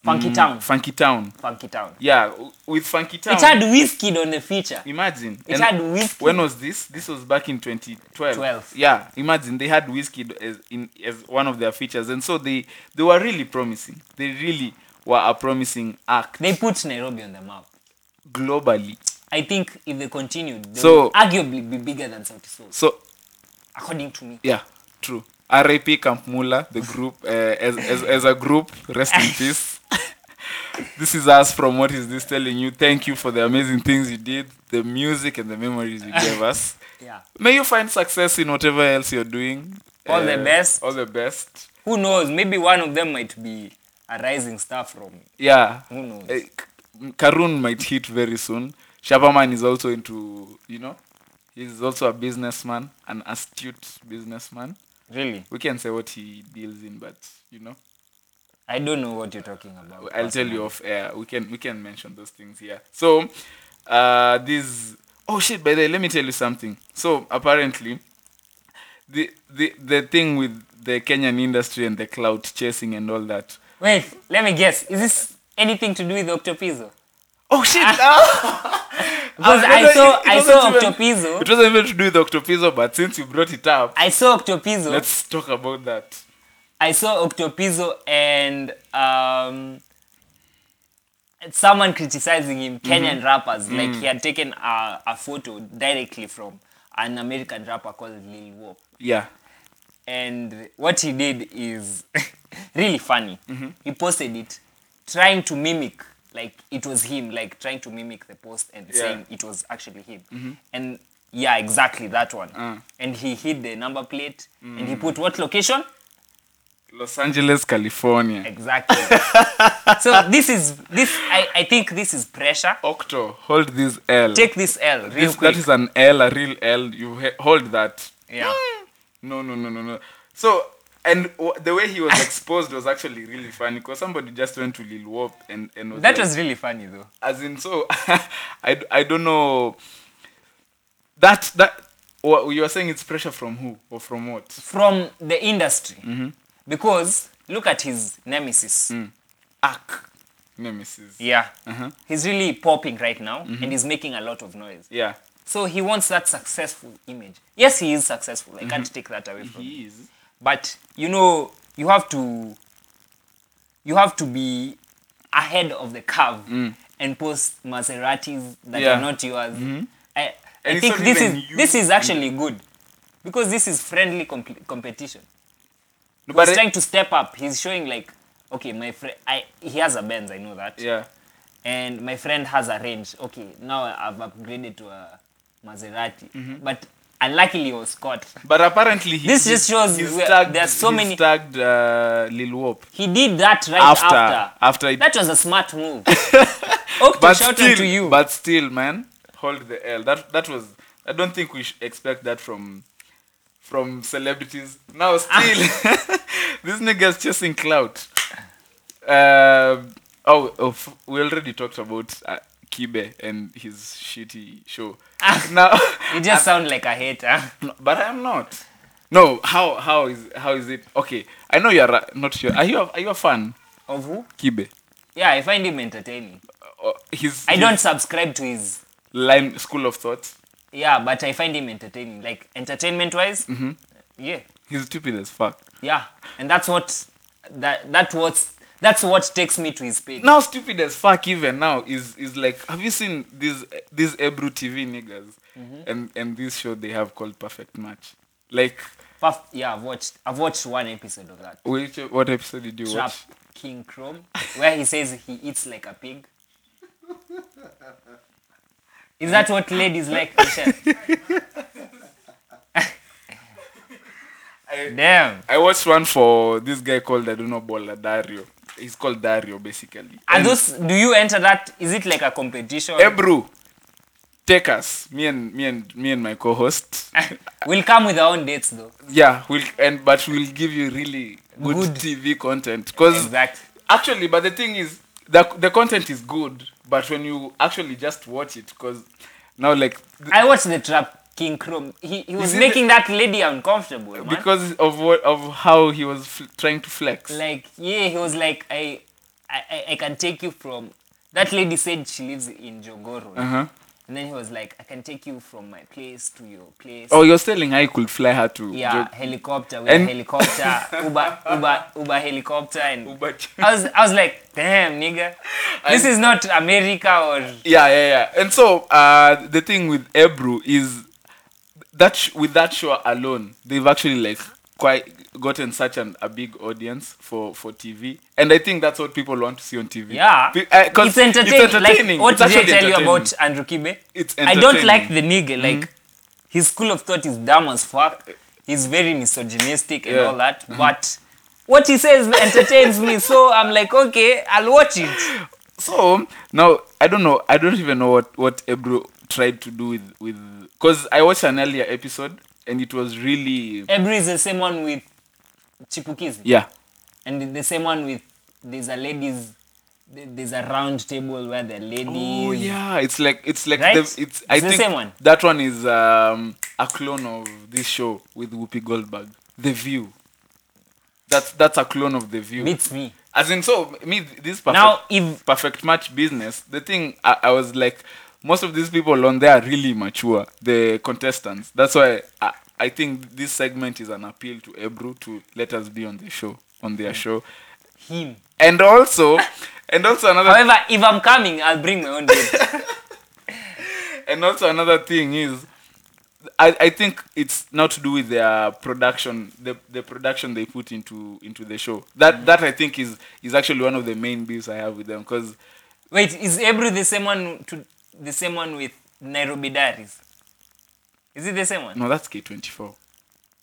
Speaker 2: Funky Town,
Speaker 1: Funky Town.
Speaker 2: Funky Town.
Speaker 1: Yeah, w- with Funky Town.
Speaker 2: It had whiskey on the feature.
Speaker 1: imagine.
Speaker 2: It had whiskey.
Speaker 1: When was this? This was back in 2012.
Speaker 2: 12.
Speaker 1: Yeah, imagine they had whiskey as in as one of their features, and so they they were really promising. They really were a promising act
Speaker 2: They put Nairobi on the map.
Speaker 1: globally.
Speaker 2: I think if they continued, they
Speaker 1: So-
Speaker 2: would arguably be bigger than Sauti Sol,
Speaker 1: So
Speaker 2: according to me.
Speaker 1: Yeah, true. R.I.P. Camp Mula, the group, uh, as, as, as a group, rest in peace. this is us from What Is This Telling You. Thank you for the amazing things you did, the music and the memories you gave us.
Speaker 2: Yeah.
Speaker 1: May you find success in whatever else you're doing. Uh,
Speaker 2: All the best.
Speaker 1: All the best.
Speaker 2: Who knows? Maybe one of them might be a rising star from
Speaker 1: Yeah.
Speaker 2: Who knows?
Speaker 1: Eh, K- Karun might hit very soon. Shabaman is also into, you know, he's also a businessman, an astute businessman.
Speaker 2: really.
Speaker 1: We can say what he deals in, but, you know.
Speaker 2: I don't know what you're talking about.
Speaker 1: I'll tell you off air. We can we can mention those things here. So, uh, this oh shit. By the way, let me tell you something. So apparently, the the the thing with the Kenyan industry and the clout chasing and all that.
Speaker 2: Wait, let me guess. Is this anything to do with Octopizzo?
Speaker 1: Oh shit! Ah!
Speaker 2: Because
Speaker 1: Ah,
Speaker 2: I,
Speaker 1: no, no,
Speaker 2: saw
Speaker 1: it
Speaker 2: I
Speaker 1: wasn't
Speaker 2: saw
Speaker 1: even-
Speaker 2: Octopizzo.
Speaker 1: It wasn't even to do with Octopizzo, but since you brought it up,
Speaker 2: I saw Octopizzo.
Speaker 1: let's talk about that.
Speaker 2: I saw Octopizzo and um, someone criticizing him, Kenyan rappers. Like he had taken a, a photo directly from an American rapper called Lil Wop.
Speaker 1: Yeah.
Speaker 2: And what he did is really funny. He posted it trying to mimic, like it was him, like trying to mimic the post and saying it was actually him. And yeah, exactly that one. And he hid the number plate and he put what location?
Speaker 1: Los Angeles, California.
Speaker 2: Exactly. so this is this I, I think this is pressure.
Speaker 1: Octo, hold this L.
Speaker 2: Take this L real
Speaker 1: this,
Speaker 2: quick.
Speaker 1: that is an L, a real L. You he- hold that. Eh.
Speaker 2: yeah.
Speaker 1: No, no, no, no, no. So, and w- the way he was exposed was actually really funny because somebody just went to Lil Wop and and was
Speaker 2: That
Speaker 1: like-
Speaker 2: was really funny though.
Speaker 1: as in so I, d- I don't know that that what you were saying it's pressure from who or from what?
Speaker 2: From the industry.
Speaker 1: Mm-hmm.
Speaker 2: Because look at his nemesis.
Speaker 1: Mm. Ack Nemesis.
Speaker 2: Yeah.
Speaker 1: Uh-huh.
Speaker 2: He's really popping right now
Speaker 1: Mm-hmm.
Speaker 2: and he's making a lot of noise.
Speaker 1: Yeah,
Speaker 2: So he wants that successful image. Yes, he is successful. I can't take that away from him.
Speaker 1: Mm-hmm. he is.
Speaker 2: But you know, you have to you have to be ahead of the curve and post Maseratis
Speaker 1: Mm.
Speaker 2: that
Speaker 1: Yeah. Mm-hmm.
Speaker 2: are not yours. I,
Speaker 1: And
Speaker 2: I
Speaker 1: it's
Speaker 2: think
Speaker 1: not
Speaker 2: this
Speaker 1: even
Speaker 2: is
Speaker 1: you.
Speaker 2: this is actually good because this is friendly comp- competition.
Speaker 1: No,
Speaker 2: But
Speaker 1: but
Speaker 2: he's
Speaker 1: I,
Speaker 2: trying to step up. He's showing like, okay, my friend, I he has a Benz, I know that,
Speaker 1: yeah,
Speaker 2: and my friend has a range. Okay, now I've upgraded to a Maserati.
Speaker 1: Mm-hmm.
Speaker 2: But unluckily, he was caught.
Speaker 1: But apparently, he,
Speaker 2: This
Speaker 1: he-
Speaker 2: just shows
Speaker 1: he's
Speaker 2: where
Speaker 1: tagged,
Speaker 2: there are so
Speaker 1: he's
Speaker 2: many-
Speaker 1: tagged uh, Lil Wop
Speaker 2: He did that right
Speaker 1: after
Speaker 2: after.
Speaker 1: after it.
Speaker 2: That was a smart move. Okta,
Speaker 1: but
Speaker 2: shout
Speaker 1: still,
Speaker 2: out to you.
Speaker 1: but still, man, hold the L. That that was. I don't think we should expect that from from celebrities. Now,
Speaker 2: Ah.
Speaker 1: still, this nigga's chasing clout. Um oh, oh, f- we already talked about uh, Kibe and his shitty show.
Speaker 2: Ah.
Speaker 1: now,
Speaker 2: you just sound like a hater.
Speaker 1: No, but I'm not. No, how how is how is it? Okay, I know you're not sure. Are you a, are you a fan,
Speaker 2: Of who?
Speaker 1: Kibe?
Speaker 2: Yeah, I find him entertaining.
Speaker 1: Uh, his
Speaker 2: I
Speaker 1: his
Speaker 2: don't subscribe to his.
Speaker 1: line school of thought.
Speaker 2: Yeah, but I find him entertaining. Like entertainment wise,
Speaker 1: Mm-hmm.
Speaker 2: yeah,
Speaker 1: He's stupid as fuck.
Speaker 2: yeah, and that's what that that what's that's what takes me to his page.
Speaker 1: Now stupid as fuck even now is is like have you seen these these Ebru TV niggas and and this show they have called Perfect Match. Like
Speaker 2: Puff, yeah, I've watched I've watched one episode of that.
Speaker 1: which what episode did you
Speaker 2: Trap
Speaker 1: watch?
Speaker 2: King Chrome, where he says he eats like a pig. Is that what ladies like, Michelle? Damn.
Speaker 1: I watched one for this guy called I don't know Bola Dario. He's called Dario basically.
Speaker 2: Are those? Do you enter that? Is it like a competition?
Speaker 1: Ebru, take us. Me and me and me and my co-host.
Speaker 2: we'll come with our own dates though.
Speaker 1: yeah, we'll and but we'll give you really good,
Speaker 2: Good.
Speaker 1: TV content because
Speaker 2: Exactly.
Speaker 1: actually, but the thing is, the the content is good, but when you actually just watch it, because now like th-
Speaker 2: I watched the trap King Chrome. He, he was
Speaker 1: see
Speaker 2: making that lady uncomfortable, man.
Speaker 1: because of what of how he was fl- trying to flex.
Speaker 2: like yeah, he was like I, I I- I can take you from. That lady said she lives in Jogoro,
Speaker 1: uh-huh.
Speaker 2: and then he was like, I can take you from my place to your place.
Speaker 1: Oh, you're telling I could fly her to
Speaker 2: yeah,
Speaker 1: Jo-
Speaker 2: helicopter, we
Speaker 1: And-
Speaker 2: had helicopter, Uber, Uber, Uber helicopter, and
Speaker 1: Uber ch-
Speaker 2: I was I was like, damn nigga, this is not America or
Speaker 1: yeah, yeah, yeah. And so uh, the thing with Ebru is that sh- with that show alone, they've actually like quite gotten such an, a big audience for for TV, and I think that's what people want to see on TV.
Speaker 2: Yeah,
Speaker 1: Be- uh, 'cause
Speaker 2: it's entertaining. Like, what
Speaker 1: It's
Speaker 2: did I
Speaker 1: actually
Speaker 2: tell you
Speaker 1: entertaining.
Speaker 2: about Andrew Kibe?
Speaker 1: It's
Speaker 2: I don't
Speaker 1: entertaining. Mm-hmm.
Speaker 2: like the nigga. Like his school of thought is dumb as fuck. He's very misogynistic and
Speaker 1: Yeah. Mm-hmm.
Speaker 2: all that. But what he says entertains me, so I'm like, okay, I'll watch it.
Speaker 1: So now I don't know. I don't even know what what Ebru tried to do with with because I watched an earlier episode and it was really
Speaker 2: Ebru is the same one with Chipukizi,
Speaker 1: yeah
Speaker 2: and the same one with there's a ladies. there- There's a round table where the ladies.
Speaker 1: Oh yeah, it's like it's like
Speaker 2: Mm. Right?
Speaker 1: the, it's, I
Speaker 2: It's the
Speaker 1: think
Speaker 2: same one.
Speaker 1: that one is um, a clone of this show with Whoopi Goldberg, The View. That's that's a clone of The View.
Speaker 2: Beats me.
Speaker 1: As in, so me this perfect,
Speaker 2: Now, if-
Speaker 1: perfect match business. The thing I, I was like, most of these people on there are really mature. The contestants. That's why I, I think this segment is an appeal to Ebru to let us be on the show on
Speaker 2: Mm.
Speaker 1: their show,
Speaker 2: Him.
Speaker 1: and also. And also another
Speaker 2: However, if I'm coming, I'll bring my own date.
Speaker 1: and also another thing is I, I think it's not to do with their production the, the production they put into into the show that
Speaker 2: Mm.
Speaker 1: that i think is is actually one of the main beefs i have with them because
Speaker 2: Wait, is Ebru the same one to the same one with Nairobi Diaries? Is it the same one?
Speaker 1: no that's k24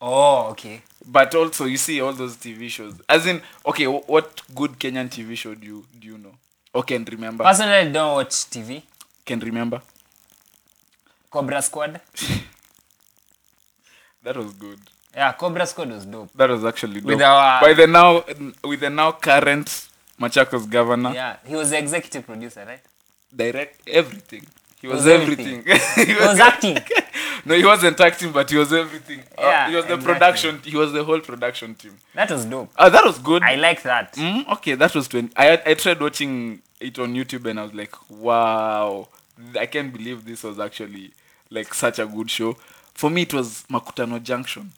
Speaker 2: Oh, okay.
Speaker 1: but also you see all those tv shows as in okay wh- what good kenyan tv show do you do you know or can remember
Speaker 2: Personally, I don't watch TV.
Speaker 1: can remember
Speaker 2: Cobra Squad.
Speaker 1: that was good
Speaker 2: Yeah, Cobra Squad was dope.
Speaker 1: that was actually dope.
Speaker 2: With our-
Speaker 1: by the now with the now current machakos governor
Speaker 2: Yeah, he was the executive producer, right?
Speaker 1: direct everything he was,
Speaker 2: was
Speaker 1: everything,
Speaker 2: everything.
Speaker 1: he
Speaker 2: He was acting.
Speaker 1: no, he wasn't acting, but he was everything. Uh,
Speaker 2: Yeah,
Speaker 1: he was the
Speaker 2: exactly.
Speaker 1: production. He was the whole production team.
Speaker 2: That was dope.
Speaker 1: Uh, that was good.
Speaker 2: I like that.
Speaker 1: Mm, okay, that was twenty. I I tried watching it on YouTube and I was like, wow, I can't believe this was actually like such a good show. For me, it was Makutano Junction.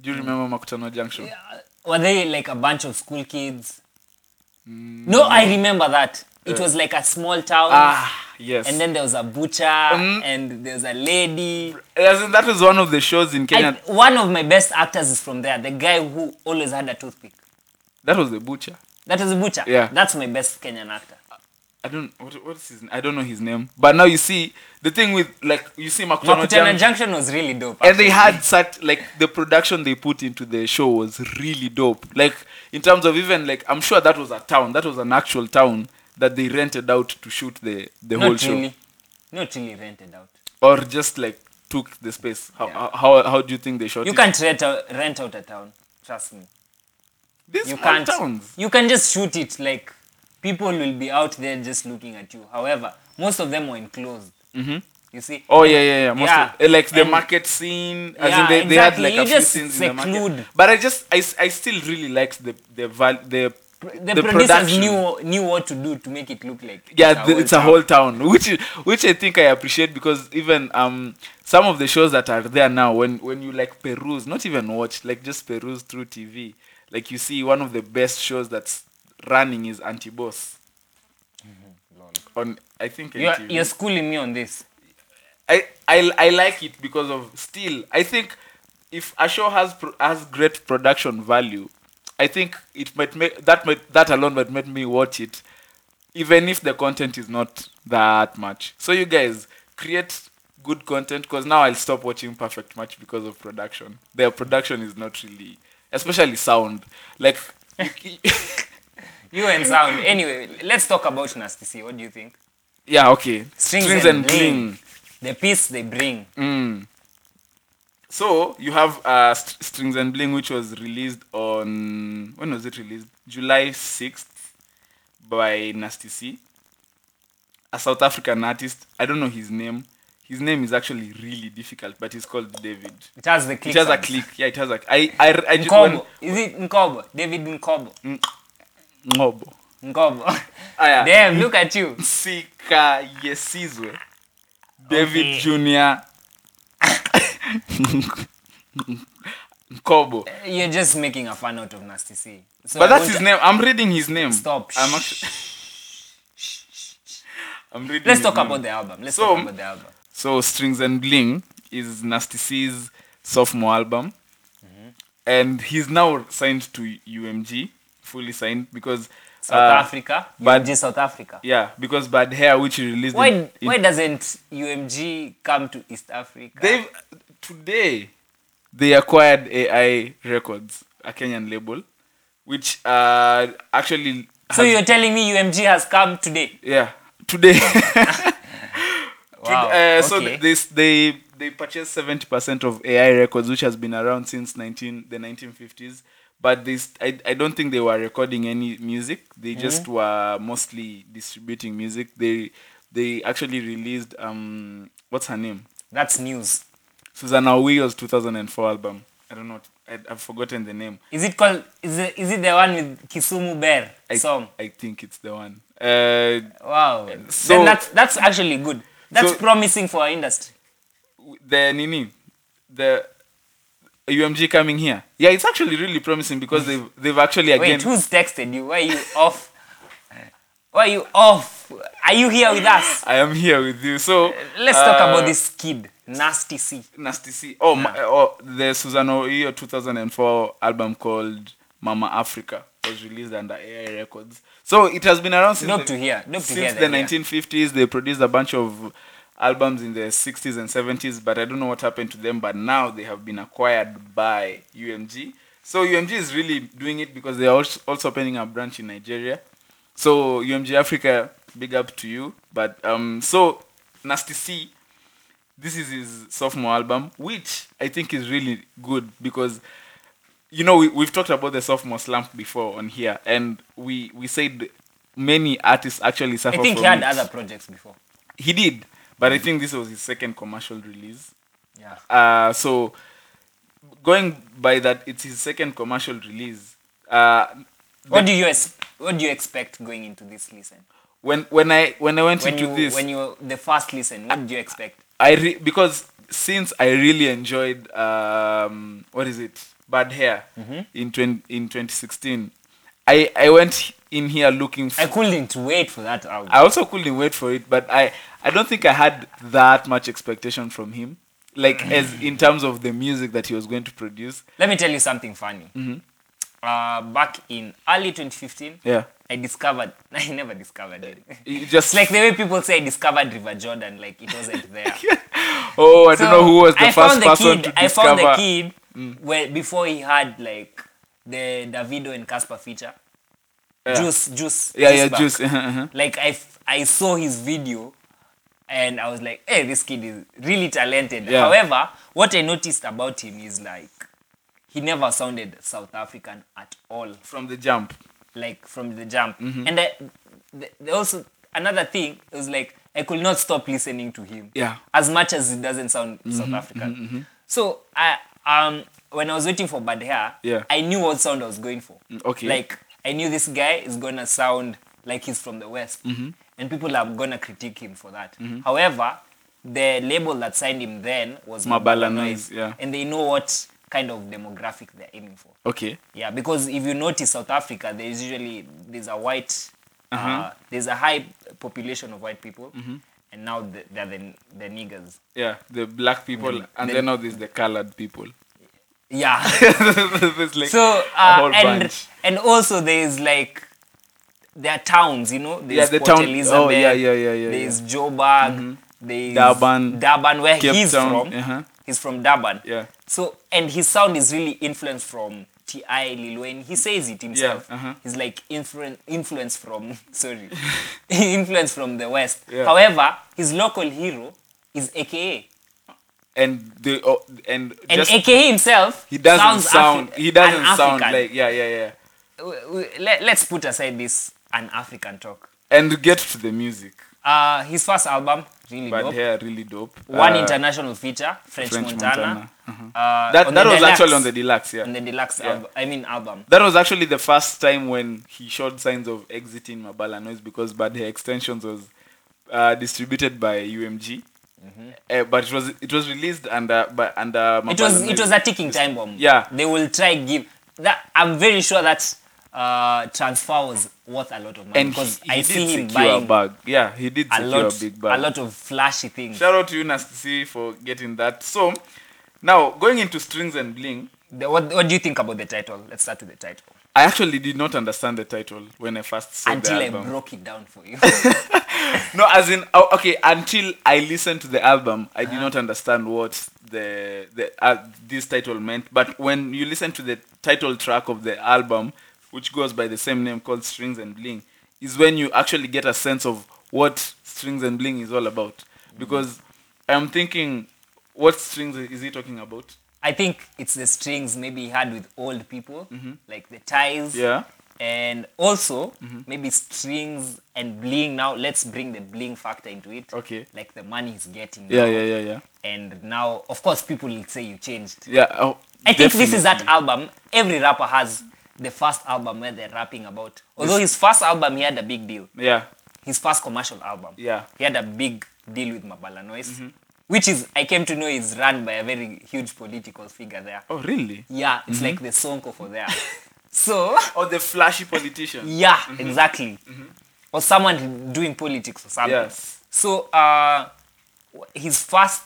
Speaker 1: Do
Speaker 2: Mm.
Speaker 1: you remember Makutano Junction?
Speaker 2: Were they like a bunch of school kids?
Speaker 1: Mm.
Speaker 2: No, I remember that. It was like a small town,
Speaker 1: Ah, yes. Mm.
Speaker 2: and then there was a butcher, and there's a lady.
Speaker 1: As in, that was one of the shows in Kenya.
Speaker 2: I, one of my best actors is from there. The guy who always had a toothpick.
Speaker 1: that was the butcher.
Speaker 2: That was a butcher.
Speaker 1: Yeah.
Speaker 2: That's my best Kenyan actor.
Speaker 1: I don't what, what's his I don't know his name. But now you see the thing with like you see Makutano
Speaker 2: Makutano
Speaker 1: Jam,
Speaker 2: Junction was really dope.
Speaker 1: and they
Speaker 2: actually.
Speaker 1: had such like the production they put into the show was really dope. Like in terms of even like I'm sure that was a town, that was an actual town that they rented out to shoot the the whole
Speaker 2: not
Speaker 1: show,
Speaker 2: really, not really rented out.
Speaker 1: or just like took the space. How uh,
Speaker 2: Yeah.
Speaker 1: how, how do you think they shot
Speaker 2: You
Speaker 1: it?
Speaker 2: can't rent out, rent out a town. Trust me.
Speaker 1: These
Speaker 2: you
Speaker 1: small
Speaker 2: can't
Speaker 1: towns.
Speaker 2: you can just shoot it like people will be out there just looking at you however most of them were enclosed mm-hmm. you see
Speaker 1: Oh yeah, yeah, yeah. Most
Speaker 2: Yeah.
Speaker 1: Of, eh, like the
Speaker 2: And-
Speaker 1: market scene, as
Speaker 2: Yeah,
Speaker 1: in they, they had
Speaker 2: exactly.
Speaker 1: like
Speaker 2: You
Speaker 1: a few
Speaker 2: just
Speaker 1: scenes in the
Speaker 2: seclude.
Speaker 1: market. But I just, I, s- I still really liked the the val- the
Speaker 2: the, producers knew knew what to do to make it look like
Speaker 1: Yeah, th-
Speaker 2: whole
Speaker 1: it's a
Speaker 2: town.
Speaker 1: whole town, which is- which I think I appreciate because even um some of the shows that are there now, when when you like peruse, not even watch, like just peruse through TV, like you see one of the best shows that's running is Anti Boss. On I think
Speaker 2: you're,
Speaker 1: NTV.
Speaker 2: you're schooling me on this
Speaker 1: I, I I like it because of still I think if a show has pro- has great production value, I think it might make that might that alone might make me watch it, even if the content is not that much. So you guys create good content because now I'll stop watching Perfect Match because of production. Their production is not really, especially sound. Like
Speaker 2: you and sound anyway let's talk about nasty c what do you think
Speaker 1: yeah, okay, strings, and, bling. Mm.
Speaker 2: the piece they bring
Speaker 1: So you have uh, St- Strings and Bling, which was released on when was it released? July sixth by Nasty C, a South African artist. I don't know his name. His name is actually really difficult, but he's called David.
Speaker 2: it has the click
Speaker 1: It has a
Speaker 2: sound.
Speaker 1: click. Yeah, it has a. I I I just
Speaker 2: Nkobo. is it Nkobo? David Nkobo.
Speaker 1: Mm. Ngobo.
Speaker 2: Nkobo.
Speaker 1: Aya.
Speaker 2: Damn, look at you.
Speaker 1: Sika Yesizwe. David
Speaker 2: Okay.
Speaker 1: Junior. Kobo.
Speaker 2: You're just making a fun out of Nasty C. So
Speaker 1: But
Speaker 2: I
Speaker 1: that's
Speaker 2: won't-
Speaker 1: his name. I'm reading his name.
Speaker 2: Stop.
Speaker 1: I'm,
Speaker 2: Shh.
Speaker 1: actu- I'm reading.
Speaker 2: Let's
Speaker 1: his
Speaker 2: talk
Speaker 1: name.
Speaker 2: about the album. Let's
Speaker 1: So-
Speaker 2: talk about the album.
Speaker 1: So strings and bling is Nasty C's sophomore album,
Speaker 2: Mm-hmm.
Speaker 1: and he's now signed to UMG, fully signed because
Speaker 2: South
Speaker 1: uh,
Speaker 2: Africa.
Speaker 1: but-
Speaker 2: UMG South Africa.
Speaker 1: Yeah, because Bad Hair, which he released. in-
Speaker 2: Why
Speaker 1: in-
Speaker 2: why doesn't UMG come to East Africa?
Speaker 1: They've today they acquired AI Records, a Kenyan label, which uh actually
Speaker 2: so
Speaker 1: has-
Speaker 2: you're telling me UMG has come today?
Speaker 1: yeah today.
Speaker 2: Wow.
Speaker 1: uh, so
Speaker 2: okay.
Speaker 1: th- this they they purchased seventy percent of AI records, which has been around since nineteen the nineteen fifties. But this I, I don't think they were recording any music. They
Speaker 2: Mm-hmm.
Speaker 1: just were mostly distributing music. They they actually released um what's her name
Speaker 2: That's news.
Speaker 1: Susanna Owiyo's two thousand and four album. I don't know. I, I've forgotten the name.
Speaker 2: Is it called? Is it, is it the one with Kisumu Bear
Speaker 1: I,
Speaker 2: song?
Speaker 1: I think it's the one. Uh,
Speaker 2: Wow.
Speaker 1: so-
Speaker 2: then that's that's actually good. That's
Speaker 1: So-
Speaker 2: promising for our industry.
Speaker 1: the Nini, the UMG coming here. Yeah, it's actually really promising because they've they've actually again.
Speaker 2: Wait, who's texted you? Why are you off? Why are you off? Are you here with us?
Speaker 1: I am here with you. So
Speaker 2: Let's talk
Speaker 1: uh,
Speaker 2: about this kid, Nasty C.
Speaker 1: Nasty C. Oh, ma- oh the Susano Iyo 2004 album called Mama Africa was released under AI Records. So it has been around since
Speaker 2: Dope
Speaker 1: the,
Speaker 2: to hear, dope to
Speaker 1: since
Speaker 2: hear
Speaker 1: the
Speaker 2: that, yeah.
Speaker 1: 1950s. They produced a bunch of albums in the 60s and 70s, but I don't know what happened to them. But now they have been acquired by UMG. So UMG is really doing it because they are als- also opening a branch in Nigeria. So UMG Africa, big up to you. But um, so Nasty C this is his sophomore album, which I think is really good because you know we, we've talked about the sophomore slump before on here, and we we said many artists actually
Speaker 2: I
Speaker 1: suffer.
Speaker 2: think
Speaker 1: from
Speaker 2: he had
Speaker 1: it.
Speaker 2: other projects before.
Speaker 1: He did, but I think this was his second commercial release.
Speaker 2: Yeah.
Speaker 1: Uh, so going by that, it's his second commercial release. Uh,
Speaker 2: What do you ex- What do you expect going into this listen?
Speaker 1: when when I when I went
Speaker 2: When
Speaker 1: into
Speaker 2: you
Speaker 1: this,
Speaker 2: when you the first listen, what do you expect?
Speaker 1: I re- because since I really enjoyed um what is it bad hair
Speaker 2: Mm-hmm.
Speaker 1: in 20, in 2016 I I went in here looking for
Speaker 2: I couldn't wait for that album.
Speaker 1: I also couldn't wait for it but I I don't think I had that much expectation from him
Speaker 2: Mm.
Speaker 1: like as in terms of the music that he was going to produce Mm-hmm.
Speaker 2: Let me tell you something funny. uh, back in early 2015,
Speaker 1: Yeah.
Speaker 2: I discovered, I never discovered it.
Speaker 1: You just
Speaker 2: It's like the way people say I discovered River Jordan, like it wasn't there.
Speaker 1: oh, I don't
Speaker 2: So,
Speaker 1: know who was the
Speaker 2: I
Speaker 1: first
Speaker 2: found
Speaker 1: person
Speaker 2: kid,
Speaker 1: to
Speaker 2: I
Speaker 1: discover. Mm.
Speaker 2: found the kid where, before he had like the Davido and Casper feature. Juice, juice.
Speaker 1: yeah, yeah,
Speaker 2: back.
Speaker 1: juice. uh-huh.
Speaker 2: Like I, f- I saw his video and I was like, hey, this kid is really talented.
Speaker 1: Yeah.
Speaker 2: However, what I noticed about him is like he never sounded South African at all
Speaker 1: From the jump.
Speaker 2: like from the jump.
Speaker 1: Mm-hmm.
Speaker 2: And I, th- th- also another thing was like I could not stop listening to him.
Speaker 1: Yeah. Mm-hmm.
Speaker 2: As much as it doesn't sound South African. So I um when I was waiting for Bad Hair,
Speaker 1: Yeah. Mm,
Speaker 2: I knew what sound I was going for.
Speaker 1: okay.
Speaker 2: Like I knew this guy is gonna sound like he's from the West.
Speaker 1: Mm-hmm.
Speaker 2: And people are gonna critique him for that. However, the label that signed him then was
Speaker 1: Mabala
Speaker 2: Mabala
Speaker 1: Noise, yeah.
Speaker 2: And they know what kind of demographic they're aiming for.
Speaker 1: Okay.
Speaker 2: Yeah, because if you notice South Africa, there is usually there's a white, uh there's a high population of white people, and now the, they're the, the niggers.
Speaker 1: Yeah, the black people, and
Speaker 2: the-
Speaker 1: then now there's the colored people.
Speaker 2: Yeah.
Speaker 1: there's like
Speaker 2: so
Speaker 1: a
Speaker 2: uh,
Speaker 1: whole
Speaker 2: and
Speaker 1: bunch.
Speaker 2: and also there's like there are towns, you know. There's
Speaker 1: Yeah, the
Speaker 2: Port
Speaker 1: town- oh,
Speaker 2: Elizabeth,
Speaker 1: yeah, yeah, yeah, yeah, Mm-hmm.
Speaker 2: There's Joburg. There's
Speaker 1: Durban,
Speaker 2: Durban, where
Speaker 1: Cape
Speaker 2: he's
Speaker 1: Town,
Speaker 2: from.
Speaker 1: uh-huh.
Speaker 2: He's from Durban.
Speaker 1: Yeah.
Speaker 2: So and his sound is really influenced from T.I. Lil Wayne. He says it himself.
Speaker 1: Yeah, uh-huh.
Speaker 2: He's like influen- influence from sorry, influence from the West.
Speaker 1: Yeah.
Speaker 2: However, his local hero is AKA,
Speaker 1: and the oh, and,
Speaker 2: and
Speaker 1: just
Speaker 2: AKA himself
Speaker 1: he doesn't
Speaker 2: sounds Afri-
Speaker 1: sound he doesn't
Speaker 2: an
Speaker 1: sound
Speaker 2: African.
Speaker 1: like yeah yeah yeah
Speaker 2: W- w- let, let's put aside this an African talk.
Speaker 1: and get to the music
Speaker 2: Uh, his first album really
Speaker 1: but
Speaker 2: dope.
Speaker 1: hair really dope
Speaker 2: One
Speaker 1: Uh,
Speaker 2: international feature, French,
Speaker 1: French
Speaker 2: Montana.
Speaker 1: Montana.
Speaker 2: Uh,
Speaker 1: that
Speaker 2: on
Speaker 1: that
Speaker 2: the
Speaker 1: was
Speaker 2: deluxe-
Speaker 1: actually on the deluxe yeah
Speaker 2: on the deluxe
Speaker 1: Yeah.
Speaker 2: album. I mean album.
Speaker 1: that was actually the first time when he showed signs of exiting Mabala Noise because Bad Hair Extensions was uh, distributed by UMG, Uh, but it was it was released under by under Mabala
Speaker 2: Mm-hmm. It was
Speaker 1: Noise.
Speaker 2: it was a ticking time bomb.
Speaker 1: Yeah.
Speaker 2: They will try give that. I'm very sure that uh, transfer was worth a lot of money
Speaker 1: and he,
Speaker 2: because
Speaker 1: he
Speaker 2: I
Speaker 1: did
Speaker 2: see him
Speaker 1: secure a
Speaker 2: buying
Speaker 1: bag. Yeah, he did
Speaker 2: a
Speaker 1: secure
Speaker 2: lot,
Speaker 1: a big
Speaker 2: a
Speaker 1: bag.
Speaker 2: lot of flashy things.
Speaker 1: Shout out to you, Nasty C, for getting that. So now going into strings and bling,
Speaker 2: The- what, what do you think about the title? Let's start with the title.
Speaker 1: I actually did not understand the title when I first saw
Speaker 2: Until
Speaker 1: the
Speaker 2: I
Speaker 1: album.
Speaker 2: broke it down for you.
Speaker 1: no, as in oh, okay. Until I listened to the album, I did not understand what the the uh, this title meant. But when you listen to the title track of the album, which goes by the same name called Strings and Bling, is when you actually get a sense of what Strings and Bling is all about. Because I'm thinking, what strings is he talking about?
Speaker 2: I think it's the strings maybe he had with old people, like the ties.
Speaker 1: Mm-hmm. Yeah. Mm-hmm.
Speaker 2: And also maybe strings and bling. Now let's bring the bling factor into it.
Speaker 1: Okay.
Speaker 2: Like the money he's getting.
Speaker 1: Yeah,
Speaker 2: now.
Speaker 1: yeah, yeah, yeah,
Speaker 2: And now, of course, people will say you changed.
Speaker 1: yeah. Oh,
Speaker 2: I think this is that
Speaker 1: definitely.
Speaker 2: album. Every rapper has the first album where they're rapping about. Although his first album, he had a big deal.
Speaker 1: Yeah,
Speaker 2: His first commercial album.
Speaker 1: Yeah. Mm-hmm.
Speaker 2: He had a big deal with Mabala Noise, which is I came to know is run by a very huge political figure there.
Speaker 1: Oh, really?
Speaker 2: Yeah, it's like the Sonko for there. so,
Speaker 1: Oh, the flashy politician.
Speaker 2: yeah, exactly. Or someone doing politics or something.
Speaker 1: Mm-hmm. Yes.
Speaker 2: So, uh, w- his first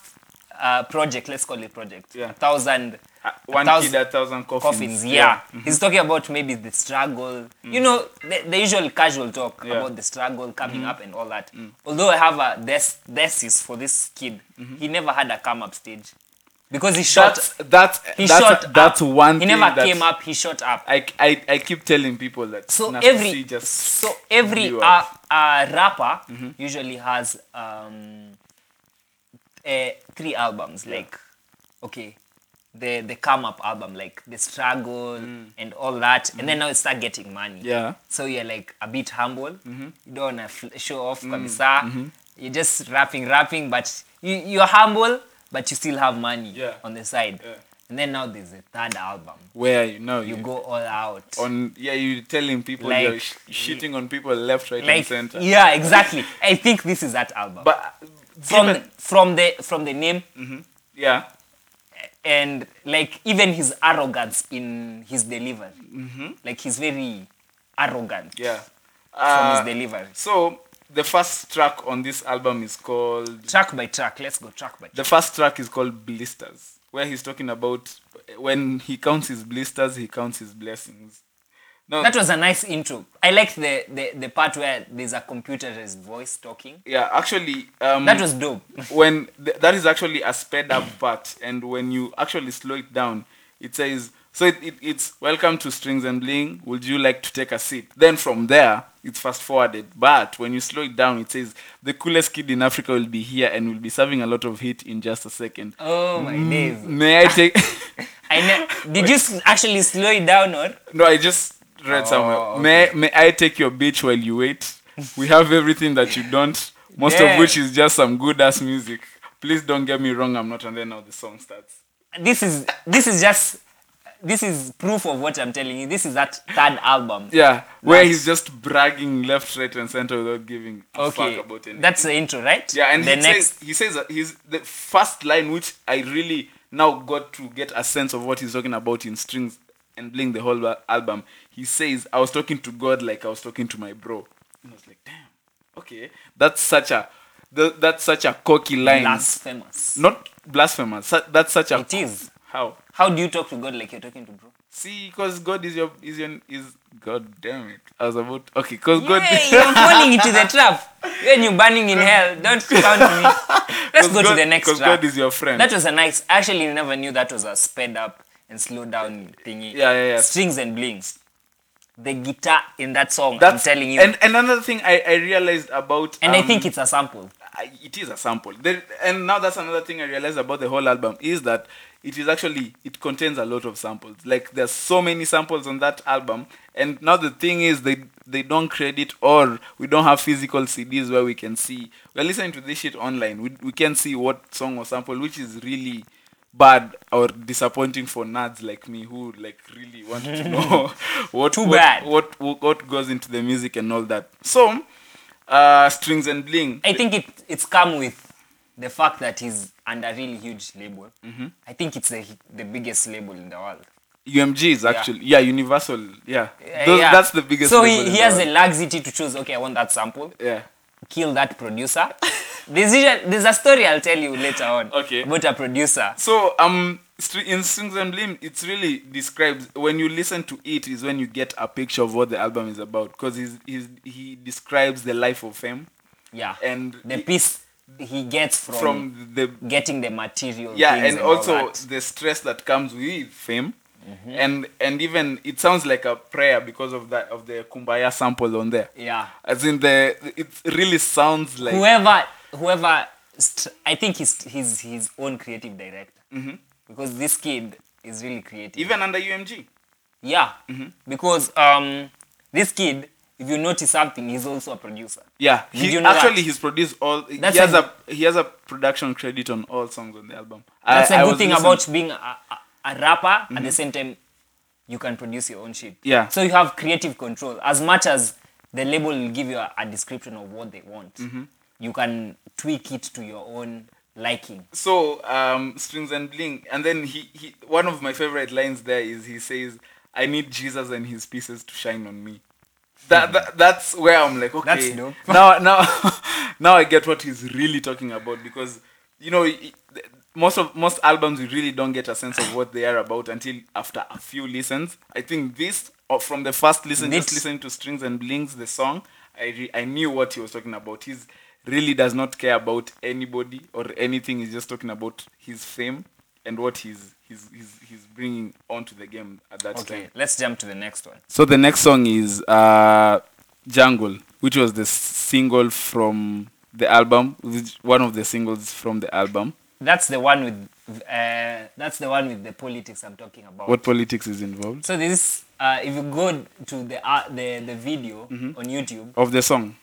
Speaker 2: uh, project, let's call it project,
Speaker 1: Yeah.
Speaker 2: a thousand,
Speaker 1: Uh, One
Speaker 2: a thousand
Speaker 1: kid, a thousand coffins. Mm-hmm. Mm.
Speaker 2: coffins, yeah. He's talking about maybe the struggle, you know, the, the usual casual
Speaker 1: Yeah.
Speaker 2: talk
Speaker 1: Mm-hmm. Mm.
Speaker 2: about the struggle coming up and all that. Although I have a des- thesis for this kid,
Speaker 1: Mm-hmm.
Speaker 2: he never had a come up stage because he shot.
Speaker 1: that's that's
Speaker 2: he
Speaker 1: that's,
Speaker 2: shot.
Speaker 1: that's
Speaker 2: up.
Speaker 1: one
Speaker 2: He
Speaker 1: thing
Speaker 2: never
Speaker 1: that
Speaker 2: came up. He shot up.
Speaker 1: I, I I keep telling people that
Speaker 2: so
Speaker 1: Nasty
Speaker 2: every
Speaker 1: C just
Speaker 2: so every
Speaker 1: blew
Speaker 2: uh,
Speaker 1: up.
Speaker 2: uh, rapper
Speaker 1: Mm-hmm.
Speaker 2: usually has um uh, three albums like okay the the come up album like the struggle and all that and then now you start getting money
Speaker 1: Mm. Mm-hmm. Yeah. Mm-hmm.
Speaker 2: so you're like a bit humble you don't want to fl- show
Speaker 1: Mm.
Speaker 2: off kabisa you're just rapping rapping but you you're humble but you still have money
Speaker 1: Yeah.
Speaker 2: on the side
Speaker 1: Yeah.
Speaker 2: and then now there's a third album
Speaker 1: where you know
Speaker 2: you
Speaker 1: you
Speaker 2: go all out
Speaker 1: on yeah you're telling people
Speaker 2: Like,
Speaker 1: you're sh- shitting on people left right
Speaker 2: like
Speaker 1: and center
Speaker 2: yeah exactly i think this is that album
Speaker 1: but uh,
Speaker 2: from
Speaker 1: given-
Speaker 2: from the from the name
Speaker 1: yeah
Speaker 2: and like even his arrogance in his delivery like he's very arrogant
Speaker 1: Mm-hmm. yeah
Speaker 2: from
Speaker 1: uh,
Speaker 2: his delivery
Speaker 1: so the first track on this album is called
Speaker 2: track by track let's go track by track
Speaker 1: The first track is called Blisters, where he's talking about when he counts his blisters, he counts his blessings. No.
Speaker 2: That was a nice intro. I liked the, the, the part where there's a computerized voice talking.
Speaker 1: Yeah, actually, um,
Speaker 2: That was dope.
Speaker 1: when th- that is actually a sped up part, and when you actually slow it down, it says, "So it, it, it's welcome to Strings and Bling. Would you like to take a seat?" Then from there, it's fast forwarded. But when you slow it down, it says, "The coolest kid in Africa will be here, and will be serving a lot of heat in just a second.
Speaker 2: Oh my
Speaker 1: Mm.
Speaker 2: days.
Speaker 1: May I take?
Speaker 2: I ne- Did you s- actually slow it down or?
Speaker 1: no, I just read somewhere.
Speaker 2: Oh,
Speaker 1: May may I take your bitch while you wait? We have everything that you don't. Most
Speaker 2: Damn.
Speaker 1: of which is just some good ass music. Please don't get me wrong. I'm not. And then now the song starts.
Speaker 2: This is this is just this is proof of what I'm telling you. This is that third album.
Speaker 1: Yeah, where he's just bragging left, right, and center without giving a
Speaker 2: Okay.
Speaker 1: fuck about anything.
Speaker 2: That's the intro, right?
Speaker 1: yeah, and
Speaker 2: the
Speaker 1: he
Speaker 2: next
Speaker 1: says he says that he's the first line, which I really now got to get a sense of what he's talking about in strings and bling the whole al- album. He says, "I was talking to God like I was talking to my bro," and I was like, "Damn, okay, that's such a th- that's such a cocky line,
Speaker 2: blasphemous.
Speaker 1: not blasphemous. Su- that's such a
Speaker 2: It is.
Speaker 1: how."
Speaker 2: How do you talk to God like you're talking to bro?
Speaker 1: See, because God is your is your is God damn it. I was about okay, because God
Speaker 2: Hey, you're falling into the trap. When you're burning in hell, don't count me. Let's go to the next
Speaker 1: Because
Speaker 2: track.
Speaker 1: God is your friend.
Speaker 2: That was a nice. Actually, I never knew that was a sped up and slowed down thingy.
Speaker 1: Yeah, yeah, yeah.
Speaker 2: Strings and blings. The guitar in that song.
Speaker 1: That's
Speaker 2: I'm telling you. And,
Speaker 1: And and another thing I, I realized about
Speaker 2: I
Speaker 1: um,
Speaker 2: think it's a sample.
Speaker 1: I- it is a sample. There, and now that's another thing I realized about the whole album is that it is actually it contains a lot of samples. Like there's so many samples on that album. And now the thing is they they don't credit or we don't have physical CDs where we can see. We're listening to this shit online. We we can see what song or sample, which is really bad or disappointing for nerds like me who like really want to know what
Speaker 2: Too
Speaker 1: what,
Speaker 2: bad.
Speaker 1: what what goes into the music and all that. So uh strings and bling
Speaker 2: I think it it's come with the fact that he's under a really huge label.
Speaker 1: Mm-hmm.
Speaker 2: I think it's the the biggest label in the world.
Speaker 1: UMG is actually yeah, Universal yeah.
Speaker 2: Uh,
Speaker 1: Those,
Speaker 2: yeah.
Speaker 1: That's the biggest.
Speaker 2: So
Speaker 1: label
Speaker 2: he,
Speaker 1: in
Speaker 2: he
Speaker 1: the
Speaker 2: has the
Speaker 1: world.
Speaker 2: luxury to choose. Okay, I want that sample.
Speaker 1: yeah.
Speaker 2: kill that producer. there's, usually, there's a story I'll tell you later on
Speaker 1: Okay.
Speaker 2: about a producer.
Speaker 1: So um, str- in Strings and Blim, it's really describes when you listen to it is when you get a picture of what the album is about because he's, he's, he describes the life of fame
Speaker 2: Yeah.
Speaker 1: And
Speaker 2: the
Speaker 1: he-
Speaker 2: piece he gets from,
Speaker 1: from the
Speaker 2: getting the material.
Speaker 1: yeah
Speaker 2: things
Speaker 1: and
Speaker 2: all
Speaker 1: also
Speaker 2: that. Mm-hmm.
Speaker 1: the stress that comes with fame and and even it sounds like a prayer because of that of the kumbaya sample on there
Speaker 2: Yeah.
Speaker 1: as in the it really sounds like
Speaker 2: Whoever, whoever, st- I think he's, he's his own creative director.
Speaker 1: Mm-hmm.
Speaker 2: Because this kid is really creative.
Speaker 1: even under umg
Speaker 2: yeah. mm-hmm. Because um, this kid, if you notice something, he's also a producer.
Speaker 1: Yeah,
Speaker 2: Did
Speaker 1: he
Speaker 2: you know
Speaker 1: actually
Speaker 2: that?
Speaker 1: he's produced all.
Speaker 2: That's
Speaker 1: he has
Speaker 2: a
Speaker 1: a, he has a production credit on all songs on the album.
Speaker 2: That's
Speaker 1: a
Speaker 2: a good thing about being a, a, a rapper. At the same time, you can produce your own shit.
Speaker 1: Mm-hmm. Yeah.
Speaker 2: So you have creative control. As much as the label will give you a, a description of what they want,
Speaker 1: Mm-hmm.
Speaker 2: you can tweak it to your own liking.
Speaker 1: So um, strings and bling, and then he, he one of my favorite lines there is he says, "I need Jesus and His pieces to shine on me." That, that that's where I'm like, okay,
Speaker 2: Hmm. That's dope.
Speaker 1: now now now I get what he's really talking about because you know i- i- most of most albums you really don't get a sense of what they are about until after a few listens. I think this or from the first listen, just
Speaker 2: This-
Speaker 1: listening to Strings and Blings the song, I re- I knew what he was talking about. He's really does not care about anybody or anything. He's just talking about his fame and what he's he's he's, he's bringing onto the game at that
Speaker 2: Okay.
Speaker 1: time.
Speaker 2: Let's jump to the next one.
Speaker 1: So the next song is uh, Jungle, which was the single from the album, which, one of the singles from the album.
Speaker 2: That's the one with uh, that's the one with the politics I'm talking about.
Speaker 1: What politics is involved
Speaker 2: So this, uh, if you go to the uh, the the video
Speaker 1: Mm-hmm.
Speaker 2: on YouTube,
Speaker 1: of the song?
Speaker 2: of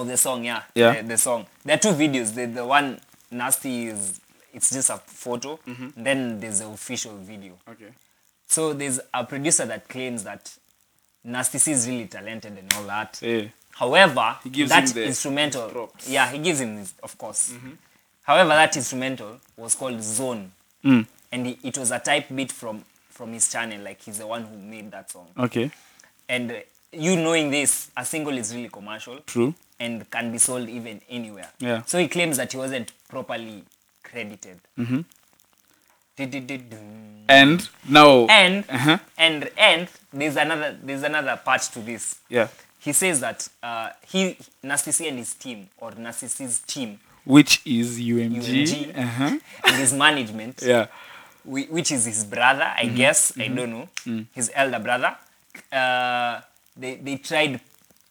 Speaker 2: Oh, the song, yeah.
Speaker 1: Yeah.
Speaker 2: The, the song. There are two videos. The, the one nasty is it's just a photo.
Speaker 1: Mm-hmm.
Speaker 2: Then there's the official video.
Speaker 1: Okay.
Speaker 2: So there's a producer that claims that Nasty C is really talented and all that.
Speaker 1: Yeah.
Speaker 2: However,
Speaker 1: He gives
Speaker 2: that
Speaker 1: him the-
Speaker 2: instrumental,
Speaker 1: his props. Mm-hmm.
Speaker 2: yeah, he gives him, his, of course. However, that instrumental was called Zone,
Speaker 1: Mm.
Speaker 2: and he, it was a type beat from from his channel. Like he's the one who made that song.
Speaker 1: Okay.
Speaker 2: And uh, you knowing this, a single is really commercial
Speaker 1: True.
Speaker 2: and can be sold even anywhere.
Speaker 1: Yeah. Mm-hmm.
Speaker 2: So he claims that he wasn't properly credited. Du-du-du-dum.
Speaker 1: and now
Speaker 2: And
Speaker 1: Uh-huh.
Speaker 2: and and there's another there's another part to this.
Speaker 1: yeah
Speaker 2: He says that uh, he Narcissi and his team or Narcissi's team
Speaker 1: which is umg,
Speaker 2: UMG.
Speaker 1: Uh-huh.
Speaker 2: and his management
Speaker 1: yeah
Speaker 2: whi- which is his brother, I
Speaker 1: Mm-hmm.
Speaker 2: guess. I don't know.
Speaker 1: Mm.
Speaker 2: His elder brother. Uh, they, they tried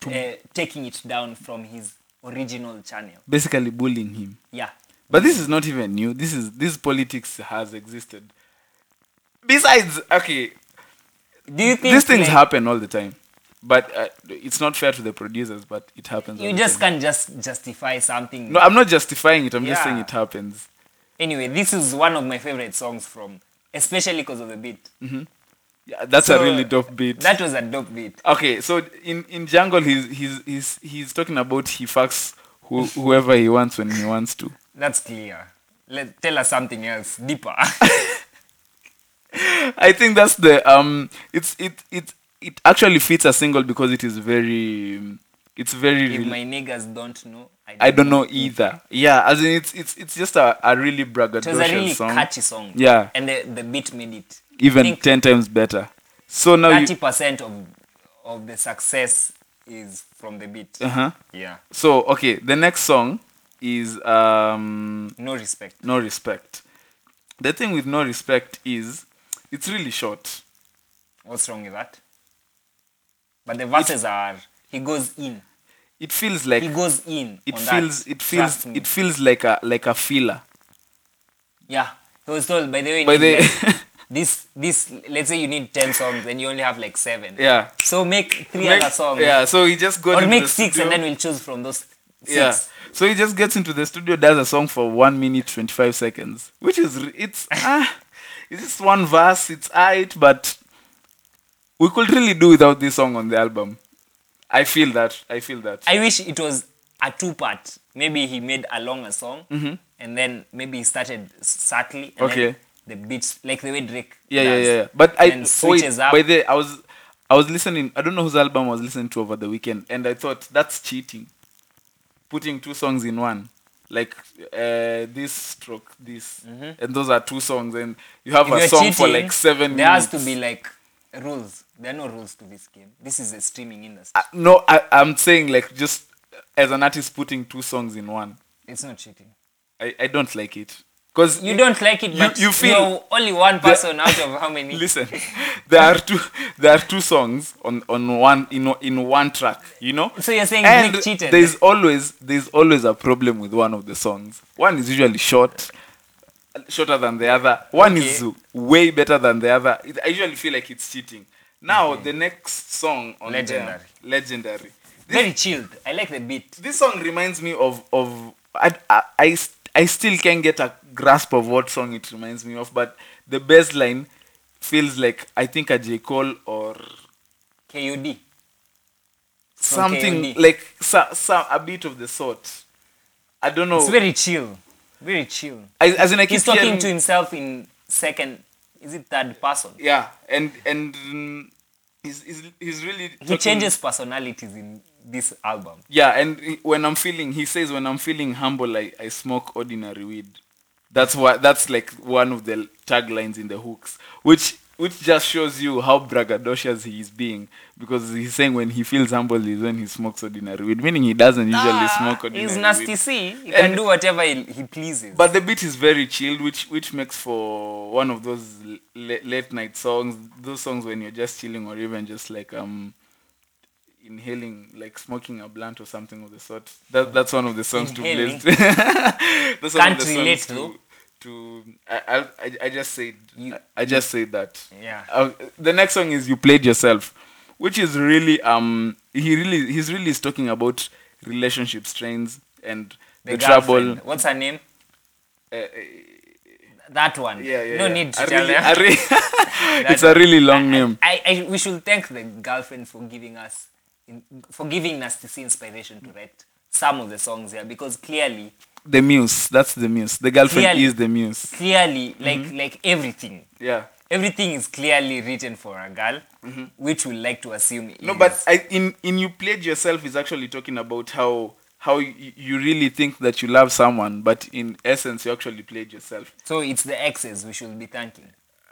Speaker 2: uh, taking it down from his original channel.
Speaker 1: basically bullying him
Speaker 2: Yeah.
Speaker 1: But this is not even new. This is this politics has existed. Besides, okay,
Speaker 2: Do you think
Speaker 1: these things
Speaker 2: like,
Speaker 1: happen all the time, but uh, it's not fair to the producers. But it happens. all
Speaker 2: You
Speaker 1: the
Speaker 2: just
Speaker 1: time.
Speaker 2: can't just justify something.
Speaker 1: No, I'm not justifying it. I'm just saying
Speaker 2: Yeah.
Speaker 1: it happens.
Speaker 2: Anyway, this is one of my favorite songs from, especially because of the beat.
Speaker 1: Yeah, that's a
Speaker 2: So,
Speaker 1: really dope beat.
Speaker 2: That was a dope beat.
Speaker 1: okay, so in in Jungle, he's he's he's he's talking about he fucks who, whoever he wants when he wants to.
Speaker 2: That's clear. Let tell us something else deeper.
Speaker 1: I think that's the um. It's it it it actually fits a single because it is very. It's very
Speaker 2: if
Speaker 1: rel-
Speaker 2: my niggas don't know, I don't,
Speaker 1: I don't know either. Yeah, as in it's it's it's just a, a really
Speaker 2: It was a
Speaker 1: braggadocious
Speaker 2: really
Speaker 1: song,
Speaker 2: catchy song.
Speaker 1: Yeah.
Speaker 2: And the, the beat made it. I
Speaker 1: even
Speaker 2: think
Speaker 1: ten times better. So now you,
Speaker 2: thirty percent of of the success is from the beat.
Speaker 1: uh-huh.
Speaker 2: Yeah.
Speaker 1: so okay, the next song is um
Speaker 2: No respect.
Speaker 1: no respect. The thing with no respect is it's really short.
Speaker 2: What's wrong with that? But the verses are he goes in.
Speaker 1: It feels
Speaker 2: He
Speaker 1: like
Speaker 2: goes in.
Speaker 1: it
Speaker 2: on
Speaker 1: feels
Speaker 2: that.
Speaker 1: it feels
Speaker 2: Trust me.
Speaker 1: it feels like a like a filler.
Speaker 2: Yeah. He was told by the way
Speaker 1: By
Speaker 2: Nigel,
Speaker 1: the
Speaker 2: this this let's say you need ten songs and you only have like seven.
Speaker 1: yeah.
Speaker 2: So make three
Speaker 1: Make-
Speaker 2: other songs.
Speaker 1: yeah, so he just goes
Speaker 2: Or
Speaker 1: into
Speaker 2: make
Speaker 1: the
Speaker 2: six
Speaker 1: studio.
Speaker 2: and then we'll choose from those six.
Speaker 1: Yeah. So he just gets into the studio, does a song for one minute twenty five seconds, which is r- it's ah, it's just one verse. It's alright, but we could really do without this song on the album. I feel that. I feel that.
Speaker 2: I wish it was a two part. Maybe he made a longer song and then maybe he started s- subtly. And
Speaker 1: Mm-hmm. Okay.
Speaker 2: Then the beats, like the way Drake.
Speaker 1: yeah, yeah,
Speaker 2: does,
Speaker 1: yeah, yeah. But I
Speaker 2: and switches
Speaker 1: wait,
Speaker 2: up.
Speaker 1: by the I was I was listening. I don't know whose album I was listening to over the weekend, and I thought that's cheating, putting two songs in one. Like uh, this stroke, this, and those are two songs, and you have
Speaker 2: Mm-hmm. If
Speaker 1: a
Speaker 2: you're
Speaker 1: song for
Speaker 2: cheating,
Speaker 1: like seven.
Speaker 2: There has
Speaker 1: minutes.
Speaker 2: to be like rules. There are no rules to this game. This is a streaming industry.
Speaker 1: Uh, no, I, I'm saying like just as an artist putting two songs in one.
Speaker 2: it's not cheating.
Speaker 1: I, I don't like it because
Speaker 2: You don't like it,
Speaker 1: You-
Speaker 2: but
Speaker 1: you
Speaker 2: you,
Speaker 1: feel-
Speaker 2: are only one person out of how many?
Speaker 1: listen. There are two there are two songs on on one in o- in one track. You know.
Speaker 2: So you're saying
Speaker 1: and
Speaker 2: Drake cheated?
Speaker 1: There's always there's always a problem with one of the songs. One is usually short, shorter than the other. One is
Speaker 2: Okay.
Speaker 1: way better than the other. It, I usually feel like it's cheating. Now the next song on there-
Speaker 2: Legendary.
Speaker 1: legendary.
Speaker 2: Very chilled. I like the beat.
Speaker 1: this song reminds me of of I, I, I, st- I still can get a grasp of what song it reminds me of, but the bass line feels like I think a J Cole or
Speaker 2: KOD.
Speaker 1: something
Speaker 2: KOD.
Speaker 1: like so, so, a bit of the sort. I don't know.
Speaker 2: It's very chill. Very chill.
Speaker 1: I, as in I keep
Speaker 2: He's talking
Speaker 1: hearing-
Speaker 2: to himself in second. Is it third person?
Speaker 1: yeah, and and mm, he's, he's, he's really
Speaker 2: He
Speaker 1: talking-
Speaker 2: changes personalities in this album.
Speaker 1: Yeah, and he- when I'm feeling, he says, when I'm feeling humble, I, I smoke ordinary weed. That's why that's like one of the taglines in the hooks, which which just shows you how braggadocious he is being because he's saying when he feels humble is when he smokes ordinary weed, meaning he doesn't usually smoke ordinary
Speaker 2: Ah, He's nasty
Speaker 1: weed.
Speaker 2: C. He
Speaker 1: And-
Speaker 2: can do whatever he, he pleases.
Speaker 1: But the beat is very chilled, which which makes for one of those l- la- late night songs, those songs when you're just chilling or even just like um inhaling, like smoking a blunt or something of the sort. That that's one of the songs
Speaker 2: Inhaling.
Speaker 1: to blast. that's one
Speaker 2: Can't relate
Speaker 1: to.
Speaker 2: though.
Speaker 1: To I, I- I I just said
Speaker 2: You-
Speaker 1: I I just said that.
Speaker 2: Yeah.
Speaker 1: Uh, the next song is "You Played Yourself," which is really um he really he's really is talking about relationship strains and the, trouble
Speaker 2: girlfriend. What's her name?
Speaker 1: uh,
Speaker 2: That one.
Speaker 1: yeah, yeah.
Speaker 2: no
Speaker 1: yeah.
Speaker 2: need to
Speaker 1: I
Speaker 2: tell
Speaker 1: really-
Speaker 2: them.
Speaker 1: I really- it's a really long name.
Speaker 2: I, I, we should thank the girlfriend for giving us, in, for giving Nasty C inspiration to write some of the songs here because clearly,
Speaker 1: The muse. That's the muse. The girlfriend
Speaker 2: Clearly.
Speaker 1: is the muse.
Speaker 2: clearly, like like everything,
Speaker 1: Mm-hmm. Yeah. Mm-hmm.
Speaker 2: everything is clearly written for a girl, which we like to assume.
Speaker 1: No,
Speaker 2: is-
Speaker 1: but I, in in you played yourself is actually talking about how how you, you really think that you love someone, but in essence you actually played yourself.
Speaker 2: So it's the exes we should be thanking.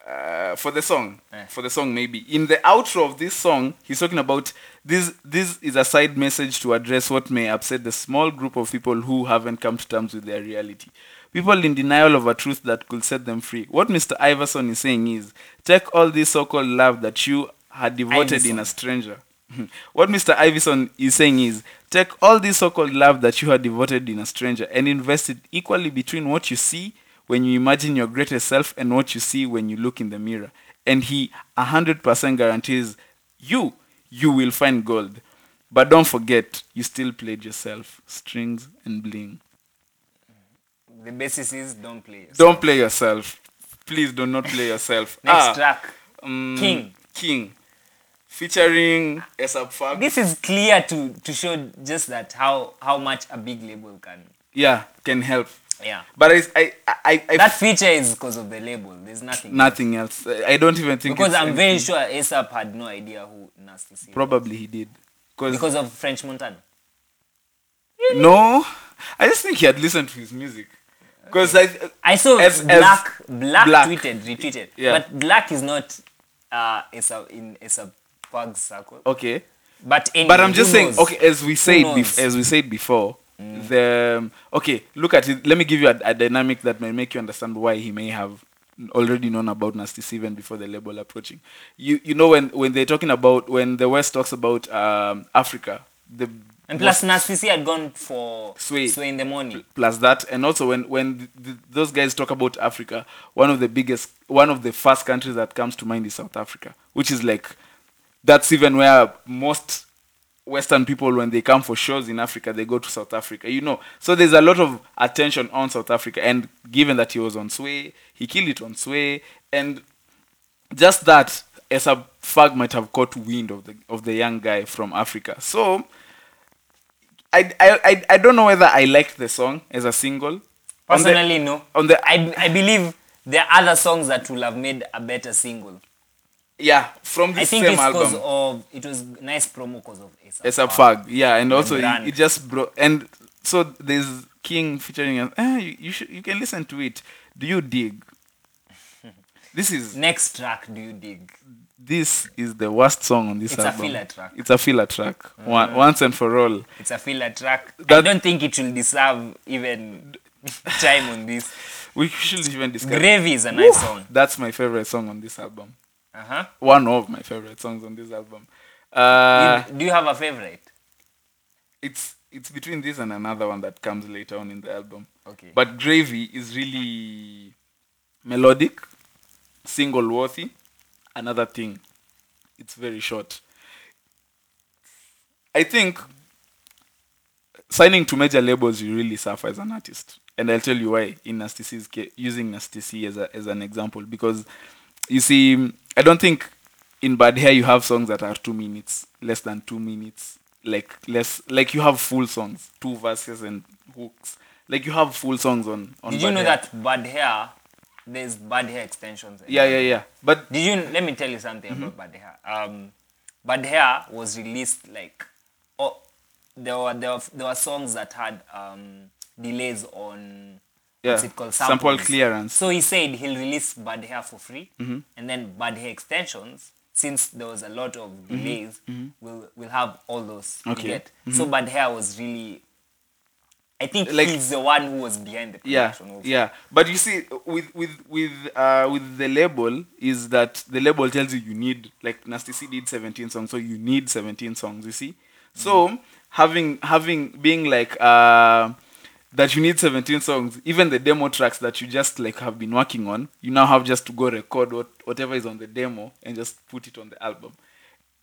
Speaker 1: uh, for the song
Speaker 2: Eh.
Speaker 1: for the song maybe in the outro of this song he's talking about this this is a side message to address what may upset the small group of people who haven't come to terms with their reality people in denial of a truth that could set them free what mr iverson is saying is take all this so-called love that you had devoted in a
Speaker 2: Iverson.
Speaker 1: stranger what mr iverson is saying is take all this so-called love that you had devoted in a stranger and invest it equally between what you see when you imagine your greatest self and what you see when you look in the mirror. And he 100% guarantees you, you will find gold. But don't forget, you still played yourself. Strings and bling.
Speaker 2: The basis is don't play.
Speaker 1: Don't play yourself. Please do not play yourself.
Speaker 2: Next
Speaker 1: Ah,
Speaker 2: track.
Speaker 1: mm,
Speaker 2: King.
Speaker 1: King. Featuring ASAP Ferg.
Speaker 2: This is clear to to show just that how how much a big label can.
Speaker 1: yeah, can help.
Speaker 2: Yeah.
Speaker 1: But I, I, I, I
Speaker 2: That feature is because of the label. There's nothing.
Speaker 1: nothing else. I I don't even think
Speaker 2: because
Speaker 1: it's
Speaker 2: I'm
Speaker 1: anything.
Speaker 2: very sure ASAP had no idea who Nasty C. was.
Speaker 1: Probably he did. Because
Speaker 2: Because of French Montana.
Speaker 1: No, I just think he had listened to his music. Because I,
Speaker 2: I saw
Speaker 1: F- F-
Speaker 2: Black, Black
Speaker 1: Black.
Speaker 2: tweeted retweeted,
Speaker 1: Yeah.
Speaker 2: but Black is not uh ASAP in ASAP Ferg's circle.
Speaker 1: okay,
Speaker 2: But anyway,
Speaker 1: Oh. but I'm just
Speaker 2: who
Speaker 1: saying,
Speaker 2: knows?
Speaker 1: okay, as we said,
Speaker 2: knows? Mm.
Speaker 1: bef- as we said before, the um, okay, look at it. Let me give you a, a dynamic that may make you understand why he may have already known about Nasty Steven before the label approaching. You you know when when they're talking about when the West talks about um, Africa, the
Speaker 2: And plus, Nasty C had gone for
Speaker 1: Sway.
Speaker 2: Sway in the morning.
Speaker 1: plus that and also when when th- th- those guys talk about africa one of the biggest one of the first countries that comes to mind is south africa which is like that's even where most western people when they come for shows in africa they go to south africa you know so there's a lot of attention on south africa and given that he was on sway he killed it on sway and just that as a fag might have caught wind of the of the young guy from africa so I, I, I, I don't know whether I liked the song as a single. On the-
Speaker 2: Personally, no.
Speaker 1: on the-
Speaker 2: I, I believe there are other songs that will have made a better single.
Speaker 1: yeah, from
Speaker 2: I
Speaker 1: the
Speaker 2: think
Speaker 1: same
Speaker 2: it's because
Speaker 1: album.
Speaker 2: of it was nice promo because of ASAP.
Speaker 1: As a fag, yeah, and also it,
Speaker 2: brand.
Speaker 1: it just brought and so there's King featuring. us. Eh, you you, should, you can listen to it. Do you dig? This is
Speaker 2: Next track, do you dig?
Speaker 1: this is the worst song on this
Speaker 2: It's a
Speaker 1: album.
Speaker 2: filler track. Mm-hmm.
Speaker 1: It's a filler track. One, once and for all.
Speaker 2: It's a filler track. I
Speaker 1: That-
Speaker 2: don't think it will deserve even time on this.
Speaker 1: We shouldn't even discuss.
Speaker 2: Gravy is a nice song.
Speaker 1: That's my favorite song on this album.
Speaker 2: Uh huh.
Speaker 1: One of my favorite songs on this album. Uh,
Speaker 2: Do you- do you have a favorite?
Speaker 1: it's it's between this and another one that comes later on in the album.
Speaker 2: Okay.
Speaker 1: But Gravy is really melodic, single worthy. Another thing, it's very short. I think signing to major labels you really suffer as an artist, and I'll tell you why. In Nasty C's case, using Nasty C as a, as an example, because you see, I don't think in Bad Hair you have songs that are two minutes, less than two minutes, like less like you have full songs, two verses and hooks. Like you have full songs on. on
Speaker 2: Did you
Speaker 1: Bad
Speaker 2: know
Speaker 1: Hair.
Speaker 2: that bad hair? There's bad hair extensions.
Speaker 1: Yeah, yeah, yeah. But
Speaker 2: Did you let me tell you something about Bad Hair?
Speaker 1: Mm-hmm.
Speaker 2: Um, Bad Hair was released like oh, there were there were, there were songs that had um delays on
Speaker 1: yeah,
Speaker 2: what's it called
Speaker 1: sample
Speaker 2: Samples.
Speaker 1: clearance. Mm-hmm.
Speaker 2: So he said he'll release Bad Hair for free, and then Bad Hair extensions. Since there was a lot of delays, we'll we'll have all those. you
Speaker 1: Mm-hmm. Okay. Mm-hmm.
Speaker 2: get. So Bad Hair was really. I think
Speaker 1: Like-
Speaker 2: he's the one who was behind the
Speaker 1: yeah
Speaker 2: production. also.
Speaker 1: yeah but you see with with with uh with the label is that the label tells you you need like nasty c did 17 songs so you need 17 songs you see so having having being like uh that you need 17 songs even the demo tracks that you just like have been working on you now have just to go record what, whatever is on the demo and just put it on the album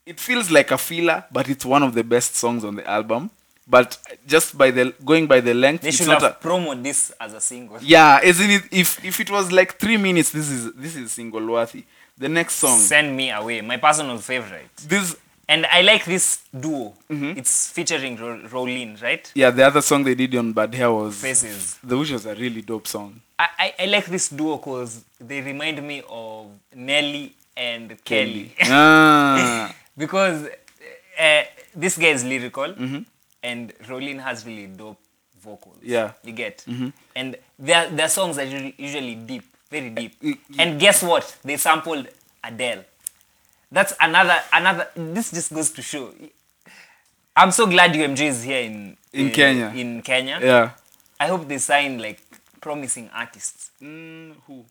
Speaker 1: it feels like a filler but it's one of the best songs on the album but just by the going by the length
Speaker 2: They
Speaker 1: it's
Speaker 2: should
Speaker 1: not
Speaker 2: have
Speaker 1: a-
Speaker 2: promoted this as a single.
Speaker 1: yeah, isn't it? If if it was like three minutes, this is this is single worthy. The next song,
Speaker 2: Send me away, my personal favorite.
Speaker 1: this
Speaker 2: And I like this duo. It's featuring Ro- Rolin, right?
Speaker 1: yeah, the other song they did on Bad Hair was
Speaker 2: Faces.
Speaker 1: the which was a really dope song.
Speaker 2: I, I, I like this duo because they remind me of Nelly and Kelly.
Speaker 1: ah,
Speaker 2: eh,
Speaker 1: Mm-hmm.
Speaker 2: because uh, this guy is lyrical. and Rolling has really dope vocals.
Speaker 1: Yeah. Mm-hmm.
Speaker 2: you get. And their their songs are usually, usually deep, very deep.
Speaker 1: y- y-
Speaker 2: And guess what? They sampled Adele. That's another another. This just goes to show. I'm so glad UMG is here in
Speaker 1: In
Speaker 2: uh,
Speaker 1: Kenya.
Speaker 2: In Kenya,
Speaker 1: Yeah.
Speaker 2: I hope they sign like promising artists.
Speaker 1: Mm, who?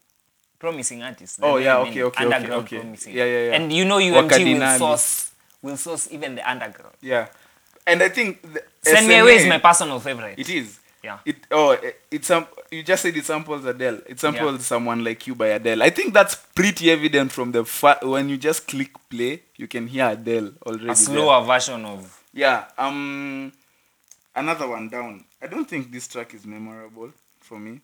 Speaker 2: Promising artists.
Speaker 1: Oh,
Speaker 2: There
Speaker 1: yeah,
Speaker 2: are many
Speaker 1: okay, okay, okay,
Speaker 2: Underground
Speaker 1: okay.
Speaker 2: promising.
Speaker 1: Yeah, yeah, yeah.
Speaker 2: And you know UMG will
Speaker 1: Wakadinami.
Speaker 2: source will source even the underground.
Speaker 1: Yeah. And I think the
Speaker 2: Send Me
Speaker 1: SNA
Speaker 2: Away is my personal favorite.
Speaker 1: It is.
Speaker 2: Yeah.
Speaker 1: It oh it, it sam- you just said it samples Adele. It samples someone like you by Adele. I think that's pretty evident from the fa- when you just click play, you can hear Adele already.
Speaker 2: a
Speaker 1: there.
Speaker 2: slower version of
Speaker 1: Yeah. Um, another one down. I don't think this track is memorable for me.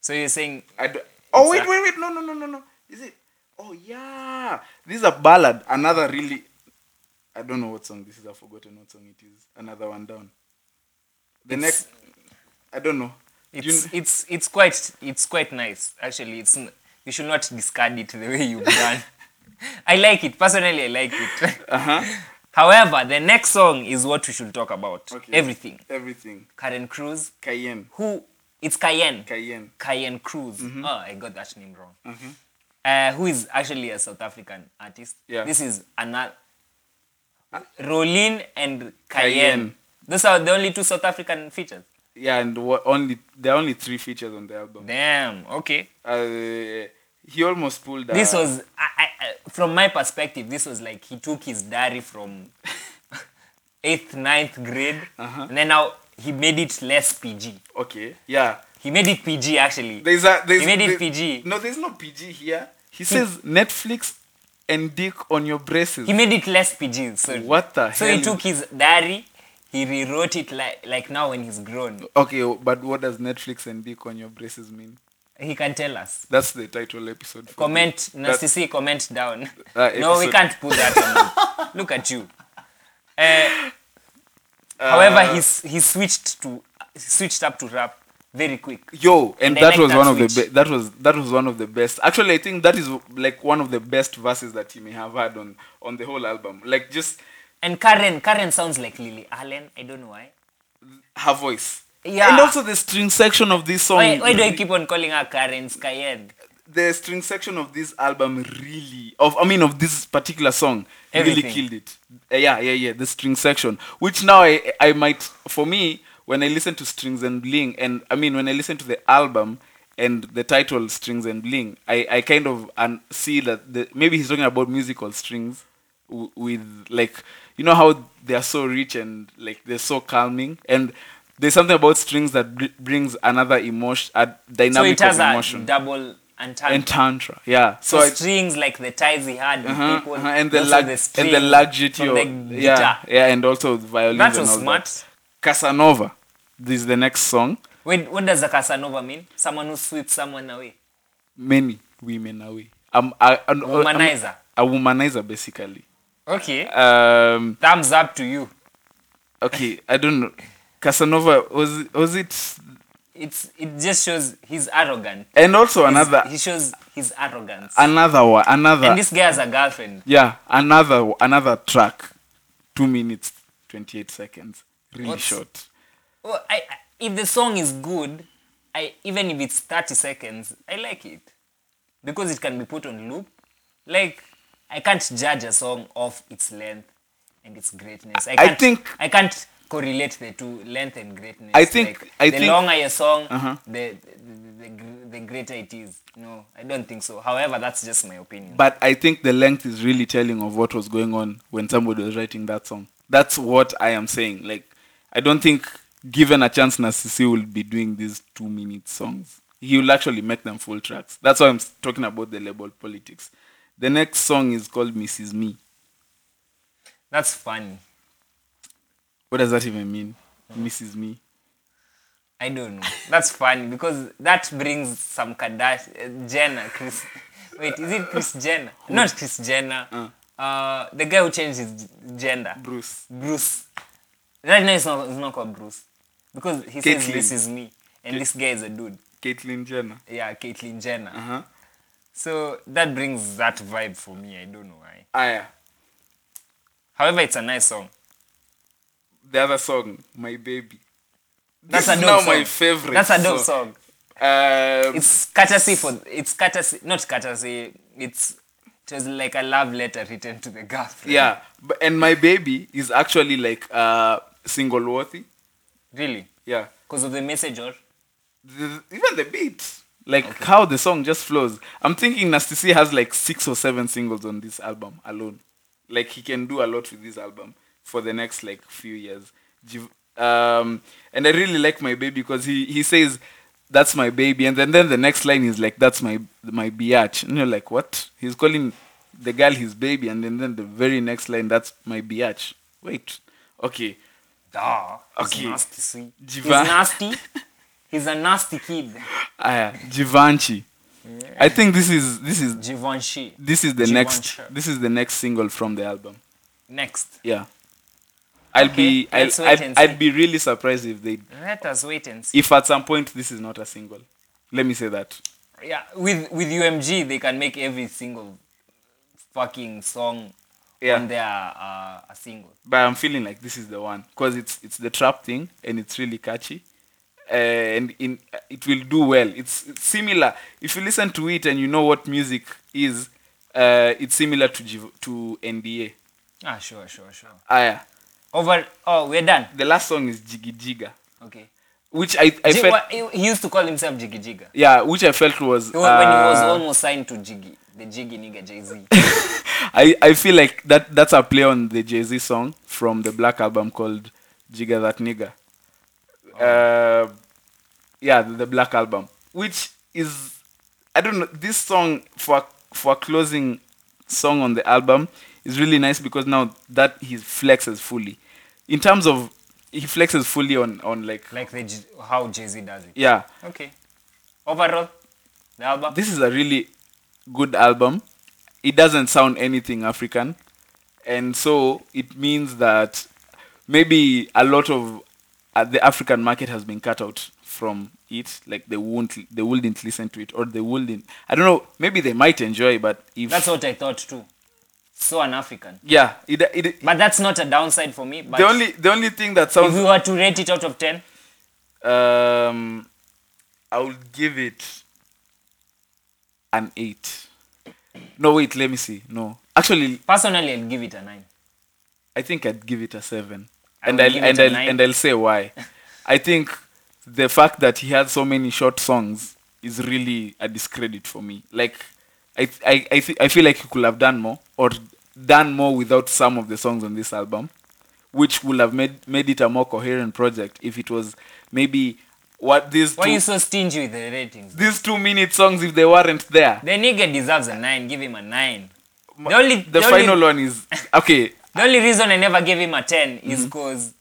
Speaker 2: so you're saying
Speaker 1: I do- oh wait,
Speaker 2: a-
Speaker 1: wait, wait! No, no, no, no, no. Is it? Oh yeah. This is a ballad. Another really. I don't know what song this is. I've forgotten what song it is. Another one down. The
Speaker 2: It's-
Speaker 1: next. I don't know. Do you
Speaker 2: it's
Speaker 1: kn-
Speaker 2: it's it's quite it's quite nice actually it's n- you should not discard it the way you've done i like it personally i like it
Speaker 1: Uh-huh.
Speaker 2: however the next song is what we should talk about
Speaker 1: Okay.
Speaker 2: everything
Speaker 1: Everything.
Speaker 2: karen cruz
Speaker 1: Cayenne.
Speaker 2: who it's cayenne
Speaker 1: Cayenne.
Speaker 2: Cayenne Cruz.
Speaker 1: Mm-hmm.
Speaker 2: Oh, I got that name wrong. Uh, who is actually a South African artist.
Speaker 1: Yeah.
Speaker 2: This is Anna Rolin and Cayenne.
Speaker 1: Cayenne.
Speaker 2: Those are the only two South African features.
Speaker 1: Yeah, and wha- only there are only three features on the album.
Speaker 2: Damn. Okay.
Speaker 1: Uh, he almost pulled.
Speaker 2: This
Speaker 1: a-
Speaker 2: was, I, I, I- from my perspective, this was like he took his diary from eighth, ninth grade,
Speaker 1: Uh-huh.
Speaker 2: and then now he made it less PG.
Speaker 1: okay. Yeah.
Speaker 2: He made it PG actually.
Speaker 1: There's a there's
Speaker 2: He made it
Speaker 1: there-
Speaker 2: PG.
Speaker 1: No, there's no PG here. He says Netflix and dick on your braces.
Speaker 2: he made it less PG. So
Speaker 1: What the
Speaker 2: So
Speaker 1: hell?
Speaker 2: he took his diary, he rewrote it like like now when he's grown.
Speaker 1: okay, oh, but what does Netflix and dick on your braces mean?
Speaker 2: He can tell us.
Speaker 1: That's the title episode. For
Speaker 2: Comment,
Speaker 1: me. That-
Speaker 2: Nasty C, comment down.
Speaker 1: Uh,
Speaker 2: no, we
Speaker 1: episode-
Speaker 2: can't put that on. you. Look at you. Uh,
Speaker 1: Uh,
Speaker 2: however, he's he switched to switched up to rap very quick.
Speaker 1: Yo, and
Speaker 2: And I
Speaker 1: that
Speaker 2: like
Speaker 1: was
Speaker 2: that
Speaker 1: one of the
Speaker 2: switch.
Speaker 1: be- that was that was one of the best. Actually, I think that is like one of the best verses that he may have had on on the whole album. Like just
Speaker 2: And Karen, Karen sounds like Lily Allen. I don't know why.
Speaker 1: her voice.
Speaker 2: Yeah.
Speaker 1: And also the string section of this song.
Speaker 2: Why, why do I keep on calling her Karen Skyen?
Speaker 1: the string section of this album really of I mean of this particular song
Speaker 2: Everything.
Speaker 1: really killed it. Uh, yeah, yeah, yeah. The string section, which now I I might for me when I listen to strings and bling, and I mean when I listen to the album and the title strings and bling, I I kind of and see that the, maybe he's talking about musical strings w- with like you know how they are so rich and like they're so calming and. There's something about strings that br- brings another emotion, a
Speaker 2: So
Speaker 1: dynamic
Speaker 2: it has
Speaker 1: of
Speaker 2: a
Speaker 1: emotion
Speaker 2: double entendre.
Speaker 1: and tantra yeah so
Speaker 2: So
Speaker 1: I,
Speaker 2: strings like the ties he had with
Speaker 1: uh-huh,
Speaker 2: people
Speaker 1: uh-huh, and the
Speaker 2: also
Speaker 1: lag- and
Speaker 2: strings
Speaker 1: the luxury
Speaker 2: from
Speaker 1: of,
Speaker 2: the
Speaker 1: yeah
Speaker 2: guitar.
Speaker 1: yeah and also the violin
Speaker 2: That
Speaker 1: and
Speaker 2: was
Speaker 1: all
Speaker 2: smart.
Speaker 1: casanova this is the next song
Speaker 2: Wait, what does a Casanova mean? Someone who sweeps someone away.
Speaker 1: many women away um, I, an,
Speaker 2: Womanizer.
Speaker 1: a womanizer basically
Speaker 2: Okay.
Speaker 1: um
Speaker 2: Thumbs up to you.
Speaker 1: okay i don't know casanova was was it
Speaker 2: It's it just shows he's arrogant.
Speaker 1: and also
Speaker 2: He's-
Speaker 1: another
Speaker 2: He shows his arrogance.
Speaker 1: another one another
Speaker 2: and this guy has a girlfriend.
Speaker 1: yeah another another track two minutes 28 seconds really
Speaker 2: What's-
Speaker 1: short
Speaker 2: Oh, I, I, if the song is good, I even if it's thirty seconds, I like it because it can be put on loop. Like I can't judge a song off its length and its greatness. I, can't,
Speaker 1: think-
Speaker 2: I can't correlate the two length and greatness.
Speaker 1: I think-
Speaker 2: Like,
Speaker 1: I
Speaker 2: the
Speaker 1: think- Uh-huh.
Speaker 2: longer your song, the, the, the gr- the greater it is. No, I don't think so. However, that's just my opinion.
Speaker 1: But I think the length is really telling of what was going on when somebody was writing that song. That's what I am saying. Like, I don't think, given a chance, Nasisi will be doing these two minute songs. He will actually make them full tracks. That's why I'm s- talking about the label politics. The next song is called Mrs. Me.
Speaker 2: that's funny.
Speaker 1: What does that even mean? Mrs. Me.
Speaker 2: I don't know. That's funny because that brings some Kardashian Jenner, Chris. Wait, is it Chris Jenner? Not Chris Jenner. Uh. the guy who changed his gender.
Speaker 1: Bruce.
Speaker 2: Bruce. Right now, it's not, it's not called Bruce because he says
Speaker 1: Caitlyn.
Speaker 2: this is me, and this guy is a dude.
Speaker 1: Caitlyn Jenner.
Speaker 2: Yeah, Caitlyn Jenner.
Speaker 1: Uh-huh.
Speaker 2: So that brings that vibe for me. I don't know why.
Speaker 1: Ah, yeah.
Speaker 2: However, it's a nice song.
Speaker 1: the other song, My Baby.
Speaker 2: That's
Speaker 1: this
Speaker 2: a
Speaker 1: is
Speaker 2: dope
Speaker 1: now
Speaker 2: song.
Speaker 1: my favorite.
Speaker 2: That's a dope song.
Speaker 1: Um,
Speaker 2: It's courtesy for it's courtesy not courtesy. It's it was like a love letter written to the girlfriend.
Speaker 1: yeah, but, and My Baby is actually like uh, single worthy.
Speaker 2: Really.
Speaker 1: Yeah.
Speaker 2: Because of the message or
Speaker 1: the, even the beat like how the song just flows i'm thinking nasty c has like six or seven singles on this album alone like he can do a lot with this album for the next like few years Jiv- um, and i really like my baby because he, he says that's my baby and then, then the next line is like that's my my biatch and you're like what he's calling the girl his baby and then, then the very next line that's my biatch wait okay
Speaker 2: Duh. He's
Speaker 1: Okay.
Speaker 2: nasty, see. He's
Speaker 1: Jiva-
Speaker 2: nasty. He's a nasty kid.
Speaker 1: uh, Givenchy. i think this is this is
Speaker 2: Givenchy.
Speaker 1: this is the next
Speaker 2: Givenchy.
Speaker 1: this is the next single from the album
Speaker 2: Next.
Speaker 1: yeah i'll be I'll,
Speaker 2: let's wait
Speaker 1: I'd,
Speaker 2: and see.
Speaker 1: I'd be really surprised if they
Speaker 2: Let us wait and see.
Speaker 1: if at some point this is not a single let me say that
Speaker 2: Yeah, with with UMG they can make every single fucking song
Speaker 1: Yeah.
Speaker 2: on their uh, a single.
Speaker 1: but i'm feeling like this is the one because it's it's the trap thing and it's really catchy Uh, and in uh, it will do well it's, it's similar if you listen to it and you know what music is uh, it's similar to Giv- to nda
Speaker 2: Ah, sure, sure, sure.
Speaker 1: ah yeah.
Speaker 2: Over. Oh, we're done.
Speaker 1: the last song is jiggy jigga
Speaker 2: Okay.
Speaker 1: which i, I
Speaker 2: Ji-
Speaker 1: felt
Speaker 2: what- he- he used to call himself Jiggy Jigga.
Speaker 1: yeah which i felt was
Speaker 2: He wa- when he was
Speaker 1: uh,
Speaker 2: almost signed to Jiggy, the Jiggy nigga Jay Z.
Speaker 1: I, I feel like that that's a play on the Jay Z song from the Black album called Jigga That Nigga. Uh, yeah, the, the Black album, which is I don't know this song for for a closing song on the album is really nice because now that he flexes fully in terms of he flexes fully on on like
Speaker 2: like the J- how Jay Z does it.
Speaker 1: yeah
Speaker 2: Okay. Overall, the album.
Speaker 1: this is a really good album. It doesn't sound anything African, and so it means that maybe a lot of uh, the African market has been cut out from it. Like they won't, they wouldn't listen to it, or they wouldn't. I don't know. Maybe they might enjoy, but if
Speaker 2: That's what I thought too. So an African.
Speaker 1: yeah, it, it,
Speaker 2: But that's not a downside for me. But
Speaker 1: the only the only thing that
Speaker 2: if
Speaker 1: sounds
Speaker 2: we were to rate it out of 10,
Speaker 1: um, I will give it an eight. No, wait, let me see. No, actually,
Speaker 2: personally, I'd give it a 9.
Speaker 1: I think I'd give it a seven,
Speaker 2: I
Speaker 1: and
Speaker 2: would
Speaker 1: I'll
Speaker 2: give it
Speaker 1: and
Speaker 2: a
Speaker 1: I'll,
Speaker 2: nine.
Speaker 1: and I'll say why. I think the fact that he had so many short songs is really a discredit for me. Like, I I I, th- I feel like he could have done more or done more without some of the songs on this album, which would have made made it a more coherent project if it was maybe what these
Speaker 2: Why are
Speaker 1: two,
Speaker 2: you so stingy with the ratings?
Speaker 1: these two minute songs if they weren't there.
Speaker 2: The nigga deserves a 9. Give him a 9. The only,
Speaker 1: The,
Speaker 2: the,
Speaker 1: final
Speaker 2: only,
Speaker 1: one is okay.
Speaker 2: the only reason I never gave him a 10
Speaker 1: Mm-hmm.
Speaker 2: is because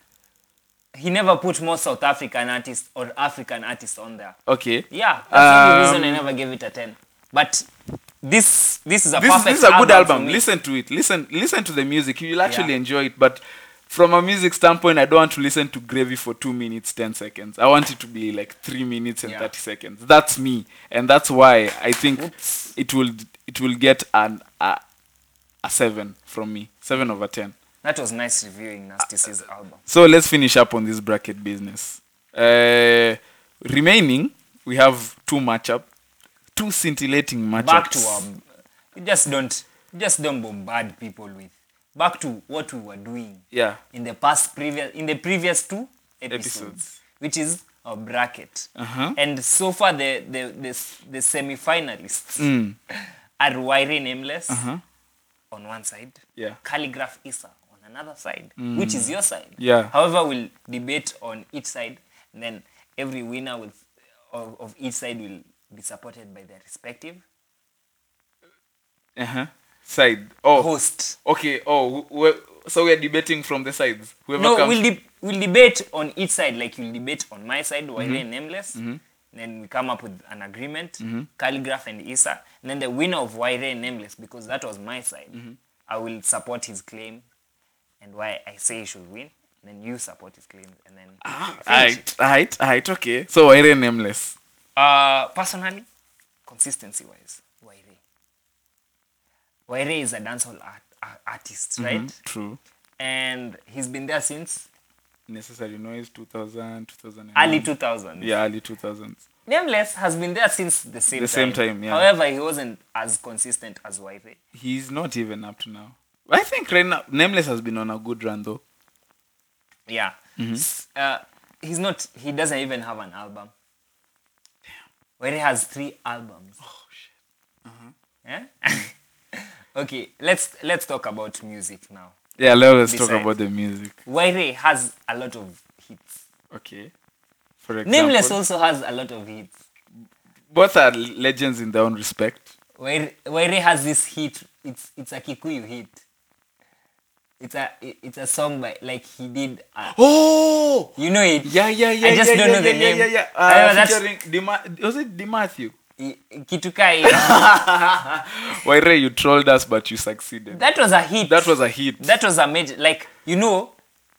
Speaker 2: he never put more South African artists or African artists on there.
Speaker 1: Okay.
Speaker 2: Yeah, that's the only reason
Speaker 1: Um,
Speaker 2: I never gave it a 10. But this this is a
Speaker 1: this,
Speaker 2: perfect
Speaker 1: this is a good
Speaker 2: album.
Speaker 1: album.
Speaker 2: for me.
Speaker 1: Listen to it. Listen listen to the music. You'll actually enjoy it. But from a music standpoint, I don't want to listen to Gravy for two minutes ten seconds. I want it to be like three minutes and
Speaker 2: Yeah.
Speaker 1: thirty seconds. That's me, and that's why I think it will it will get an a, a seven from me, seven over ten.
Speaker 2: That was nice reviewing Nasty C's album.
Speaker 1: So let's finish up on this bracket business. Uh, remaining, we have two matchup, two scintillating matchups.
Speaker 2: Back to um, you just don't you just don't bombard people with. Back to what we were doing
Speaker 1: yeah.
Speaker 2: in the past previous in the previous two episodes,
Speaker 1: Episodes.
Speaker 2: which is a bracket.
Speaker 1: Uh-huh.
Speaker 2: And so far the the the, s- the semi-finalists
Speaker 1: Mm.
Speaker 2: are Wairi Nameless on one side,
Speaker 1: Uh-huh. Yeah. Mm.
Speaker 2: Calligraph Issa on another side, which is your side.
Speaker 1: Yeah.
Speaker 2: However, we'll debate on each side, and then every winner will, of, of each side will be supported by their respective
Speaker 1: Uh huh. Side. Oh.
Speaker 2: host.
Speaker 1: Okay. Oh, we so we are debating from the sides. Whoever
Speaker 2: No,
Speaker 1: comes.
Speaker 2: we'll, de- we'll debate on each side, like you'll debate on my side, Waire and Nameless. Then we come up with an agreement, Calligraph and Issa. And then the winner of Waire and Nameless, because that was my side, I will support his claim and why I say he should win. Then you support his claim. And then.
Speaker 1: Ah,
Speaker 2: finish it.
Speaker 1: Aight, aight, aight, okay. So Waire nameless.
Speaker 2: Uh, personally, consistency wise, Waire. Waire is a dancehall art, art, artist, right?
Speaker 1: True.
Speaker 2: And he's been there since
Speaker 1: necessary noise 2000 2000
Speaker 2: early 2000s.
Speaker 1: yeah early 2000s
Speaker 2: Nameless has been there since the same
Speaker 1: The same
Speaker 2: time.
Speaker 1: time, yeah.
Speaker 2: However, he wasn't as consistent as Waipe.
Speaker 1: he's not even up to now i think right now nameless has been on a good run though
Speaker 2: Yeah.
Speaker 1: Mm-hmm.
Speaker 2: S- Uh, he's not. He doesn't even have an album. Where he has three albums. Oh shit. Yeah. okay. Let's let's talk about music now.
Speaker 1: yeah let us
Speaker 2: Beside.
Speaker 1: talk about the music
Speaker 2: Waire has a lot of hits.
Speaker 1: okay for example
Speaker 2: Nameless also has a lot of hits.
Speaker 1: both are legends in their own respect
Speaker 2: Waire Waire has this hit. It's it's a Kikuyu hit. It's a it- it's a song by like he did. A,
Speaker 1: oh
Speaker 2: you know it.
Speaker 1: yeah yeah yeah
Speaker 2: I just
Speaker 1: yeah,
Speaker 2: don't
Speaker 1: yeah,
Speaker 2: know the
Speaker 1: yeah,
Speaker 2: name.
Speaker 1: yeah yeah yeah
Speaker 2: I know
Speaker 1: uh,
Speaker 2: that's-
Speaker 1: featuring Dima- was it dimatthew
Speaker 2: I- Kitukai.
Speaker 1: why ray you trolled us but you succeeded
Speaker 2: that was a hit.
Speaker 1: that was a hit
Speaker 2: that was a major like you know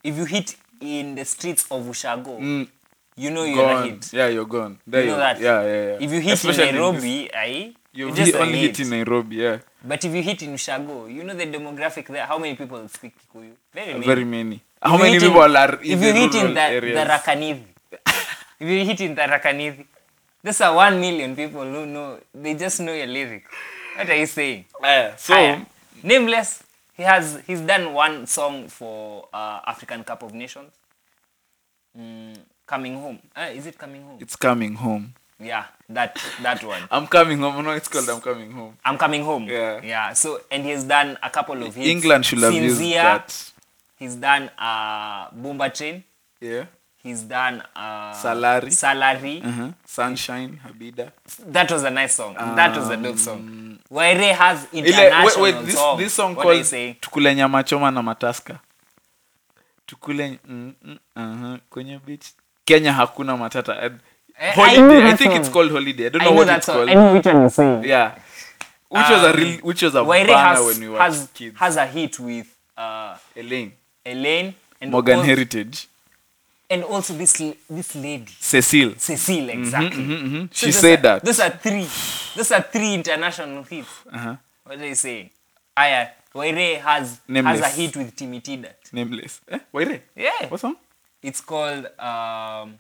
Speaker 2: if you hit in the streets of ushago you know you're
Speaker 1: Mm.
Speaker 2: a
Speaker 1: gone.
Speaker 2: hit
Speaker 1: Yeah, you're gone. There
Speaker 2: you know
Speaker 1: you-
Speaker 2: that
Speaker 1: Yeah, yeah, yeah.
Speaker 2: if you hit
Speaker 1: Especially this-
Speaker 2: in nairobi aye,
Speaker 1: you
Speaker 2: you're just a
Speaker 1: only
Speaker 2: hit.
Speaker 1: hit in Nairobi, yeah.
Speaker 2: but if you hit in ushago you know the demographic there how many people speak kikuyu very many
Speaker 1: Very many.
Speaker 2: If
Speaker 1: How
Speaker 2: you
Speaker 1: many
Speaker 2: hit in-
Speaker 1: people are in
Speaker 2: if
Speaker 1: the
Speaker 2: you hit in
Speaker 1: rural
Speaker 2: the,
Speaker 1: areas?
Speaker 2: the rakanithi if you hit in the rakanithi there's a one million people who know they just know your lyric what are you saying
Speaker 1: Yeah, so
Speaker 2: Haya. nameless he has he's done one song for uh, african cup of nations mm, coming home uh, is it coming home
Speaker 1: it's coming home.
Speaker 2: yeah that that one
Speaker 1: I'm coming home. No, it's called I'm coming home.
Speaker 2: i'm coming home
Speaker 1: Yeah.
Speaker 2: yeah so and he's done a couple of hits.
Speaker 1: England should have used
Speaker 2: Sinzia,
Speaker 1: that.
Speaker 2: he's done uh boomba train
Speaker 1: Yeah.
Speaker 2: he's done uh
Speaker 1: Salary.
Speaker 2: salary
Speaker 1: Uh-huh. Sunshine, Habida.
Speaker 2: that was a nice song that was a dope song waire has
Speaker 1: Um, Ile,
Speaker 2: international
Speaker 1: wait, wait, this,
Speaker 2: song
Speaker 1: this song
Speaker 2: what are you
Speaker 1: called
Speaker 2: saying
Speaker 1: Tukule Nyama Choma na Mataska. Tukule mm, mm, uh-huh. Kwenye beach. Kenya hakuna matata. And
Speaker 2: Eh, I know
Speaker 1: Holiday. I,
Speaker 2: that
Speaker 1: think
Speaker 2: song.
Speaker 1: it's called Holiday. I don't
Speaker 2: I
Speaker 1: know,
Speaker 2: know
Speaker 1: what
Speaker 2: that
Speaker 1: it's
Speaker 2: song.
Speaker 1: called.
Speaker 2: I know which one you're saying.
Speaker 1: Yeah. Which was a real, which was a
Speaker 2: Waire
Speaker 1: banner
Speaker 2: has,
Speaker 1: when we were
Speaker 2: has,
Speaker 1: kids.
Speaker 2: has a hit with uh,
Speaker 1: Elaine,
Speaker 2: Elaine and
Speaker 1: Morgan
Speaker 2: also,
Speaker 1: Heritage,
Speaker 2: and also this l- this lady
Speaker 1: Cecile.
Speaker 2: Cecile exactly.
Speaker 1: Mm-hmm, She
Speaker 2: those
Speaker 1: said
Speaker 2: are,
Speaker 1: that.
Speaker 2: Those are three. Those are three international hits.
Speaker 1: Uh-huh.
Speaker 2: What are you saying? Aya, Waire has
Speaker 1: Nameless.
Speaker 2: has a hit with Timmy Tidat.
Speaker 1: Nameless. Eh? Waire?
Speaker 2: Yeah,
Speaker 1: What song?
Speaker 2: it's called um,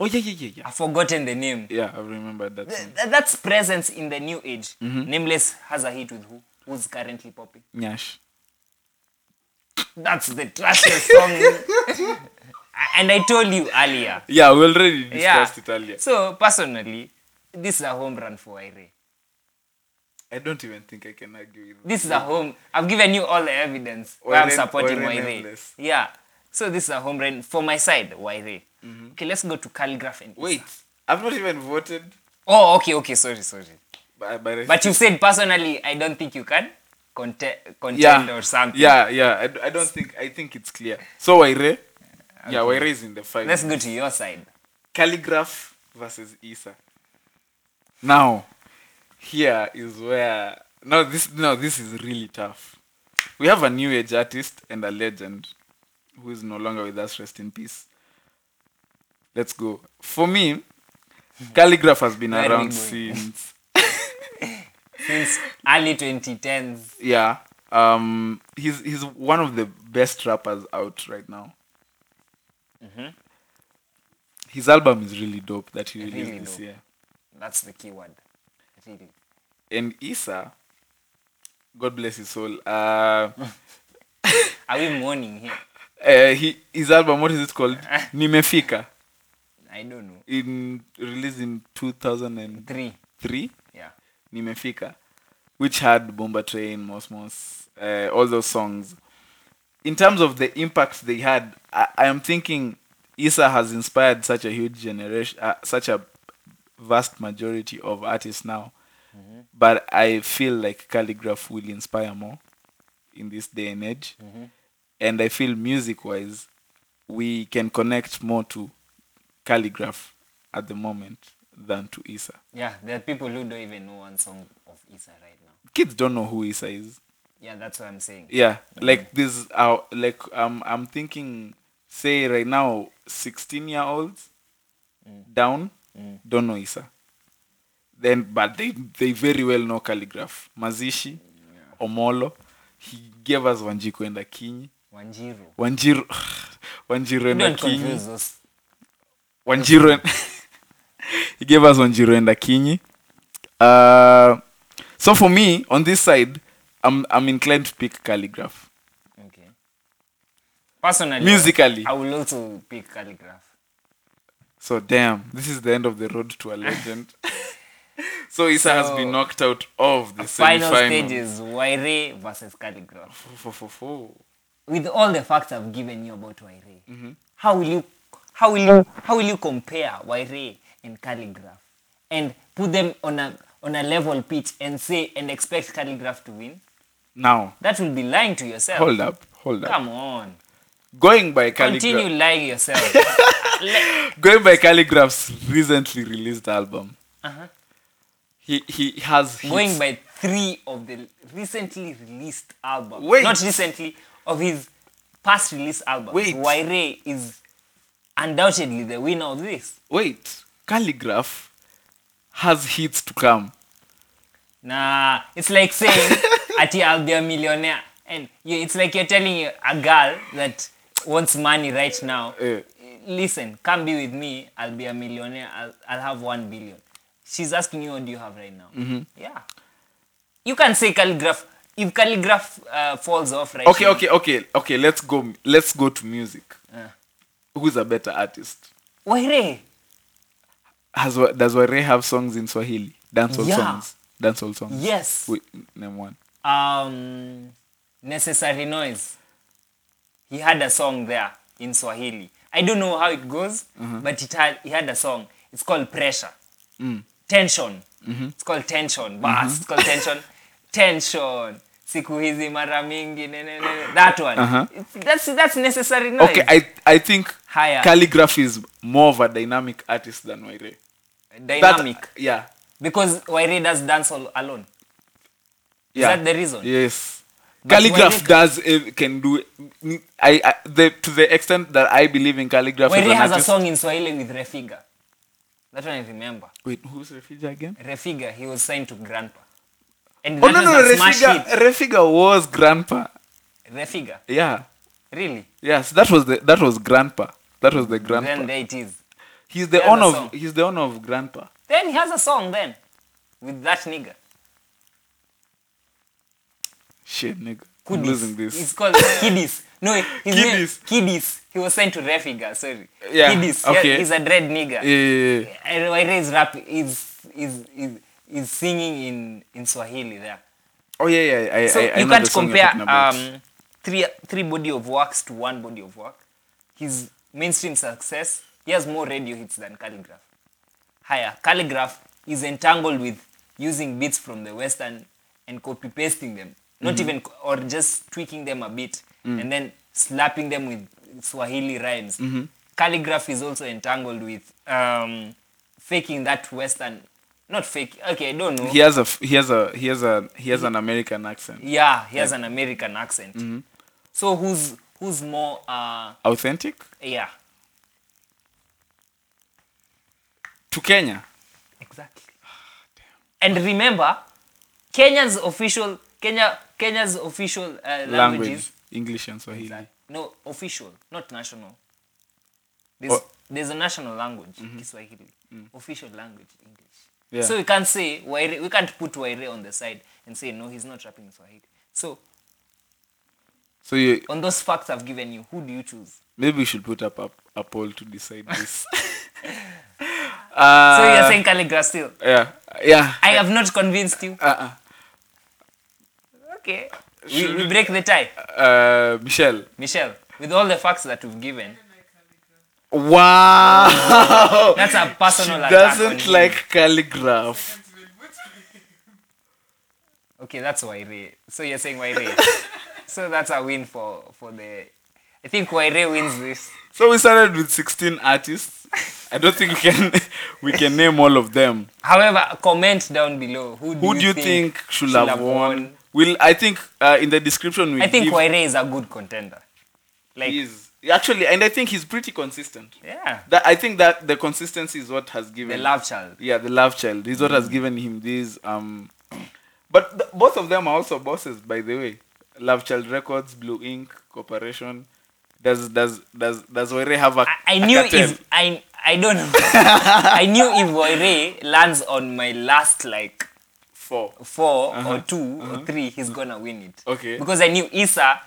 Speaker 1: Oh yeah yeah yeah yeah.
Speaker 2: I've forgotten the name.
Speaker 1: Yeah, I remember that song.
Speaker 2: Th- th- that's presence in the new age.
Speaker 1: Mm-hmm.
Speaker 2: Nameless has a hit with who? Who's currently popping?
Speaker 1: Nyash.
Speaker 2: That's the trashiest song. and I told you earlier.
Speaker 1: Yeah, we already
Speaker 2: Yeah.
Speaker 1: discussed it earlier.
Speaker 2: So personally, this is a home run for Ire.
Speaker 1: I don't even think I can argue with
Speaker 2: This is a home. I've given you all the evidence why I'm
Speaker 1: Waire-
Speaker 2: supporting
Speaker 1: Waire
Speaker 2: Ire.
Speaker 1: nameless.
Speaker 2: Yeah. So this is a home run for my side, Ire. Okay, let's go to Calligraph and Issa.
Speaker 1: Mm-hmm. Wait, I've not even voted.
Speaker 2: Oh, okay, okay. Sorry, sorry.
Speaker 1: But, but, I-
Speaker 2: But you said personally, I don't think you can contend, contend
Speaker 1: yeah,
Speaker 2: or something.
Speaker 1: yeah, yeah. I, d- I don't think I think it's clear. So Waire, yeah, Waire is in the fight.
Speaker 2: Let's go to your side.
Speaker 1: Calligraph versus Isa. Now, here is where no this no this is really tough. We have a new age artist and a legend who is no longer with us. Rest in peace. Let's go. For me, Calligraph has been
Speaker 2: Where are we
Speaker 1: around
Speaker 2: going?
Speaker 1: since
Speaker 2: Since early 2010s,
Speaker 1: yeah. Um, he's he's one of the best rappers out right now.
Speaker 2: Mm-hmm.
Speaker 1: His album is really dope that he released
Speaker 2: Really
Speaker 1: this
Speaker 2: dope.
Speaker 1: year.
Speaker 2: that's the key word. Really.
Speaker 1: and Isa, God bless his soul. Uh,
Speaker 2: Are we mourning here?
Speaker 1: uh, he his album, what is it called? Nimefika,
Speaker 2: I don't know.
Speaker 1: in released in two thousand and
Speaker 2: Three.
Speaker 1: three.
Speaker 2: Yeah.
Speaker 1: Nimefika, which had Bomba Train, Mos Mos, uh, all those songs. In terms of the impact they had, I, I am thinking Isa has inspired such a huge generation, uh, such a vast majority of artists now. But I feel like calligraph will inspire more in this day and age. And I feel music wise, we can connect more to calligraph at the moment than to Isa.
Speaker 2: Yeah, there are people who don't even know one song of Issa right now.
Speaker 1: kids don't know who Issa is.
Speaker 2: Yeah, that's what I'm saying.
Speaker 1: Yeah, like this. Uh, like um, I'm thinking, say right now, sixteen year olds down don't know Issa. Then, but they they very well know calligraph, Mazishi, Omolo. He gave us Wanjiko and Akinyi.
Speaker 2: Wanjiru.
Speaker 1: wanjiro wanjiro and
Speaker 2: Don't
Speaker 1: Akinyi.
Speaker 2: confuse us.
Speaker 1: wanjiro and- he gave us wanjiro and akinyi uh, so for me on this side i'm, I'm inclined to pick calligraph
Speaker 2: Okay. Personally,
Speaker 1: Musically.
Speaker 2: I will also pick calligraph.
Speaker 1: so damn this is the end of the road to a legend so isa has been
Speaker 2: So,
Speaker 1: knocked out of the
Speaker 2: Final stage
Speaker 1: semifinal.
Speaker 2: is Waire versus calligraph.
Speaker 1: Fo- fo- fo-
Speaker 2: With all the facts I've given you about Waire, how will you, how will you, how will you compare Waire and calligraph, and put them on a on a level pitch and say and expect calligraph to win?
Speaker 1: now
Speaker 2: That will be lying to yourself.
Speaker 1: hold up hold up
Speaker 2: Come on,
Speaker 1: going by calligraph
Speaker 2: continue lying yourself.
Speaker 1: going by calligraph's recently released album
Speaker 2: Uh-huh.
Speaker 1: he he has hits.
Speaker 2: going by three of the recently released albums.
Speaker 1: Wait.
Speaker 2: Not recently, of his past release albums.
Speaker 1: Wait.
Speaker 2: Waire is undoubtedly the winner of this.
Speaker 1: wait calligraph has hits to come
Speaker 2: Nah, it's like saying, Ati, I'll be a millionaire. And you, it's like you're telling a girl that wants money right now,
Speaker 1: Eh.
Speaker 2: listen, come be with me, I'll be a millionaire, I'll, I'll have one billion. She's asking you, what do you have right now?
Speaker 1: Mm-hmm.
Speaker 2: Yeah. You can say calligraph. If calligraph uh, falls off right
Speaker 1: okay
Speaker 2: now,
Speaker 1: okay okay okay let's go let's go to music
Speaker 2: Uh.
Speaker 1: who's a better artist
Speaker 2: Waire.
Speaker 1: has Wa- does Ware have songs in swahili dancehall
Speaker 2: Yeah.
Speaker 1: songs dancehall songs
Speaker 2: Yes.
Speaker 1: Wait, name one
Speaker 2: Um, necessary noise. He had a song there in Swahili. I don't know how it goes,
Speaker 1: Mm-hmm.
Speaker 2: but it had he had a song. It's called pressure.
Speaker 1: Mm.
Speaker 2: Tension.
Speaker 1: Mm-hmm.
Speaker 2: It's called tension. Bas. It's called tension. tension. Siku hizi mara mingi. ne- ne- ne- That one. It's- That's that's necessary noise.
Speaker 1: Uh-huh. okay i i think
Speaker 2: Higher.
Speaker 1: calligraph is more of a dynamic artist than Ware. That-
Speaker 2: Dynamic.
Speaker 1: yeah
Speaker 2: because Waire does dance all alone.
Speaker 1: yeah.
Speaker 2: that the reason?
Speaker 1: Yes.
Speaker 2: But
Speaker 1: calligraph
Speaker 2: Waireka-
Speaker 1: does eh, can do. I, I the, to the extent that I believe in calligraph. as
Speaker 2: Waire
Speaker 1: an
Speaker 2: has a
Speaker 1: artist-
Speaker 2: song in Swahili with Refiga. That one I remember.
Speaker 1: Wait, who's Refiga again?
Speaker 2: Refiga, he was signed to Grandpa. And
Speaker 1: Oh
Speaker 2: that
Speaker 1: no no,
Speaker 2: was a smash
Speaker 1: Refiga
Speaker 2: hit.
Speaker 1: Refiga was grandpa.
Speaker 2: Refiga,
Speaker 1: Yeah.
Speaker 2: really?
Speaker 1: Yes, that was the that was grandpa. That was the grandpa.
Speaker 2: Then there it is.
Speaker 1: he's the
Speaker 2: there's a
Speaker 1: owner
Speaker 2: song.
Speaker 1: of he's the owner of grandpa.
Speaker 2: Then he has a song then with that nigga.
Speaker 1: Shit, nigga. I'm
Speaker 2: Kudis.
Speaker 1: losing this.
Speaker 2: It's called Kidis. No, his name
Speaker 1: Kidis.
Speaker 2: Kidis. He was sent to Refiga, sorry.
Speaker 1: Yeah,
Speaker 2: Kidis.
Speaker 1: okay.
Speaker 2: Yeah, he's a dread nigga.
Speaker 1: Yeah, yeah, yeah.
Speaker 2: And Waire is rap is is is is singing in in Swahili there.
Speaker 1: Oh yeah, yeah. I,
Speaker 2: so
Speaker 1: I, I
Speaker 2: you
Speaker 1: know
Speaker 2: can't
Speaker 1: the song you're
Speaker 2: compare
Speaker 1: talking about.
Speaker 2: um, three three body of works to one body of work. His mainstream success, he has more radio hits than Calligraph. Higher, Calligraph is entangled with using beats from the Western and copy pasting them, not
Speaker 1: Mm-hmm.
Speaker 2: even co- or just tweaking them a bit
Speaker 1: Mm.
Speaker 2: and then slapping them with Swahili rhymes.
Speaker 1: Mm-hmm.
Speaker 2: Calligraph is also entangled with um, faking that Western, not fake. Okay, I don't know.
Speaker 1: He has a f- he has a he has a he has an American accent.
Speaker 2: Yeah, he has an American accent.
Speaker 1: Mm-hmm.
Speaker 2: So who's who's more uh
Speaker 1: Authentic
Speaker 2: yeah.
Speaker 1: to Kenya.
Speaker 2: Exactly.
Speaker 1: Ah,
Speaker 2: And remember, Kenya's official Kenya Kenya's official uh, languages
Speaker 1: language english and swahili
Speaker 2: no official, not national. There's
Speaker 1: Oh. Mm-hmm. Mm.
Speaker 2: there's a national language, Kiswahili. Official language, English.
Speaker 1: Yeah.
Speaker 2: So we can't say Waire, we can't put Waire on the side and say no, he's not rapping in Swahili. So
Speaker 1: so you,
Speaker 2: on those facts I've given you, who do you choose?
Speaker 1: maybe we should put up a, a poll to decide this
Speaker 2: So
Speaker 1: uh,
Speaker 2: you're saying calligraph still?
Speaker 1: yeah yeah
Speaker 2: I have not convinced you.
Speaker 1: uh,
Speaker 2: Okay. We, we break the tie.
Speaker 1: uh, uh, michelle
Speaker 2: Michelle, with all the facts that we've given,
Speaker 1: wow
Speaker 2: Oh, that's a personal attack on
Speaker 1: doesn't
Speaker 2: you.
Speaker 1: like calligraph
Speaker 2: Okay, that's Waire. So you're saying Waire. so that's a win for, for the. I think Waire wins this.
Speaker 1: so we started with 16 artists i don't think we can we can name all of them
Speaker 2: However, comment down below who do
Speaker 1: who
Speaker 2: you,
Speaker 1: do you think, should have, won, We'll, I think uh, in the description we
Speaker 2: I think
Speaker 1: give
Speaker 2: Waire is a good contender. Like,
Speaker 1: he is- actually, and I think he's pretty consistent.
Speaker 2: yeah,
Speaker 1: That I think that the consistency is what has given
Speaker 2: the love Mm. child.
Speaker 1: Yeah, the love child is what has given him these. Um, but th- both of them are also bosses, by the way. Love Child Records, Blue Ink Corporation. Does does does does Were have a
Speaker 2: I
Speaker 1: a
Speaker 2: knew
Speaker 1: cartel?
Speaker 2: if I I don't know. I knew if Waire lands on my last like
Speaker 1: four?
Speaker 2: 4 or 2 or three, he's gonna win it.
Speaker 1: Uh-huh. Okay.
Speaker 2: Because I knew Issa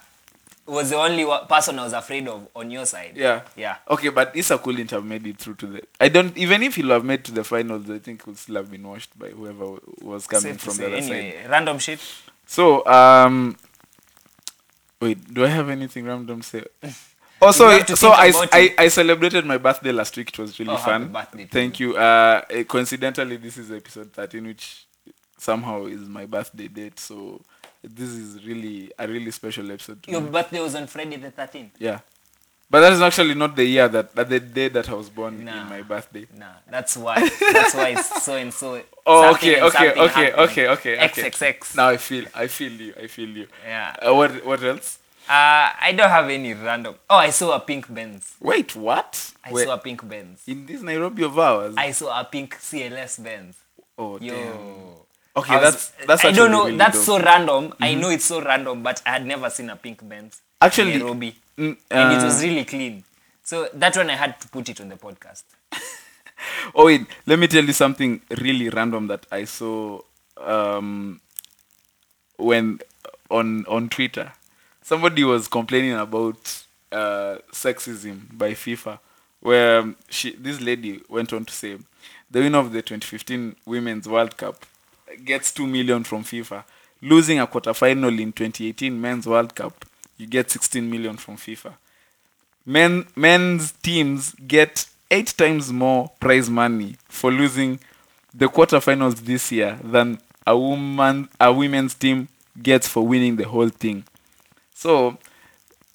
Speaker 2: was the only wa- person I was afraid of on your side.
Speaker 1: Yeah.
Speaker 2: Yeah.
Speaker 1: Okay, but Issa couldn't have made it through to the. I don't even if he'll have made to the finals. I think he'll still have been washed by whoever w- was coming
Speaker 2: Safe to
Speaker 1: from the
Speaker 2: say.
Speaker 1: other
Speaker 2: anyway,
Speaker 1: side.
Speaker 2: random shit.
Speaker 1: So um, wait, do I have anything random to say? Also,
Speaker 2: You have to
Speaker 1: so
Speaker 2: think
Speaker 1: I, s-
Speaker 2: about
Speaker 1: I, I celebrated my birthday last week. It was really
Speaker 2: Oh, happy
Speaker 1: fun.
Speaker 2: birthday to
Speaker 1: Thank you. Uh, eh, coincidentally, this is episode thirteen, which somehow is my birthday date. So this is really a really special episode. To
Speaker 2: Your
Speaker 1: me.
Speaker 2: birthday was on Friday the 13th.
Speaker 1: Yeah. But that is actually not the year that, that the day that I was born
Speaker 2: Nah.
Speaker 1: in my birthday.
Speaker 2: Nah, that's why. That's why it's so and so.
Speaker 1: Oh,
Speaker 2: something
Speaker 1: okay,
Speaker 2: and
Speaker 1: okay,
Speaker 2: something
Speaker 1: okay,
Speaker 2: happened.
Speaker 1: okay, okay, okay.
Speaker 2: XXX.
Speaker 1: Now I feel, I feel you, I feel you.
Speaker 2: Yeah.
Speaker 1: Uh, what, what else?
Speaker 2: Uh, I don't have any random. Oh, I saw a pink Benz.
Speaker 1: Wait, what?
Speaker 2: I
Speaker 1: Wait,
Speaker 2: saw a pink Benz.
Speaker 1: in this Nairobi of ours.
Speaker 2: I saw a pink CLS Benz.
Speaker 1: oh,
Speaker 2: Yo.
Speaker 1: damn. Okay,
Speaker 2: I was-
Speaker 1: that's that's.
Speaker 2: I don't
Speaker 1: actually
Speaker 2: know.
Speaker 1: really
Speaker 2: that's
Speaker 1: dope. Mm-hmm.
Speaker 2: so random. I know it's so random, but I had never seen a pink Benz.
Speaker 1: Actually,
Speaker 2: in Nairobi,
Speaker 1: Mm,
Speaker 2: and it
Speaker 1: uh,
Speaker 2: was really clean. So that one I had to put it on the podcast.
Speaker 1: Oh wait, let me tell you something really random that I saw um, when on on Twitter. Somebody was complaining about uh, sexism by FIFA, where um, she this lady went on to say, the winner of the 2015 Women's World Cup gets two million from FIFA. Losing a quarterfinal in 2018 Men's World Cup, you get 16 million from FIFA men men's teams get eight times more prize money for losing the quarterfinals this year than a woman a women's team gets for winning the whole thing. So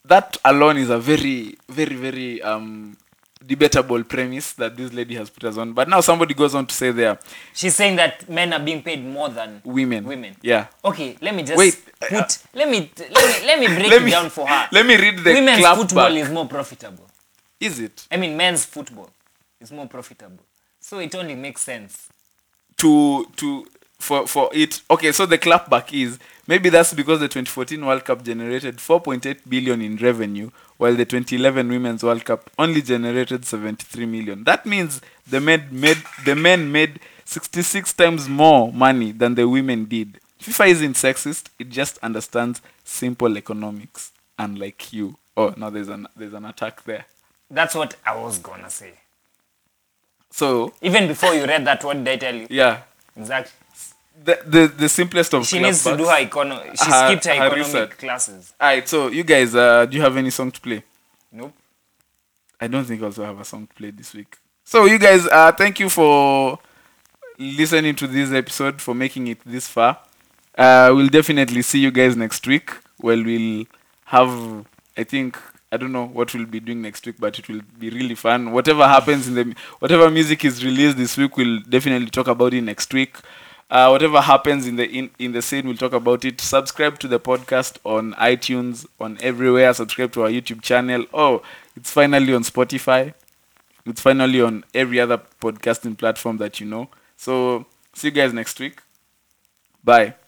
Speaker 1: that alone is a very very very um debatable premise that this lady has put us on. But now somebody goes on to say there
Speaker 2: She's saying that men are being paid more than
Speaker 1: women
Speaker 2: Women.
Speaker 1: yeah
Speaker 2: Okay, let me just
Speaker 1: Wait,
Speaker 2: put.
Speaker 1: uh,
Speaker 2: let me let me let me break
Speaker 1: Let
Speaker 2: it
Speaker 1: me-
Speaker 2: down for her.
Speaker 1: let me read the
Speaker 2: Women's
Speaker 1: clap
Speaker 2: football
Speaker 1: back.
Speaker 2: is more profitable.
Speaker 1: is it
Speaker 2: I mean, men's football is more profitable. So it only makes sense.
Speaker 1: to to for for it okay so the clapback is maybe that's because the 2014 world cup generated 4.8 billion in revenue while the 2011 women's world cup only generated 73 million that means the men made the men made 66 times more money than the women did fifa isn't sexist it just understands simple economics unlike you oh no there's an there's an attack there
Speaker 2: That's what I was gonna say.
Speaker 1: so
Speaker 2: Even before you read that, what did I tell you?
Speaker 1: yeah
Speaker 2: Exactly.
Speaker 1: the the, the simplest of
Speaker 2: She needs to
Speaker 1: clapbacks-
Speaker 2: do her economy. She
Speaker 1: Her-
Speaker 2: skipped her,
Speaker 1: her
Speaker 2: economic
Speaker 1: research.
Speaker 2: classes.
Speaker 1: All right, so you guys, uh, do you have any song to play?
Speaker 2: Nope.
Speaker 1: I don't think I also have a song to play this week. So you guys, uh, thank you for listening to this episode, for making it this far. Uh, we'll definitely see you guys next week. Well, we'll have, I think, I don't know what we'll be doing next week, but it will be really fun. Whatever happens in the, whatever music is released this week, we'll definitely talk about it next week. Uh, whatever happens in the in, in the scene, we'll talk about it. Subscribe to the podcast on iTunes, on everywhere. Subscribe to our YouTube channel. Oh, it's finally on Spotify. It's finally on every other podcasting platform that you know. So see you guys next week. Bye.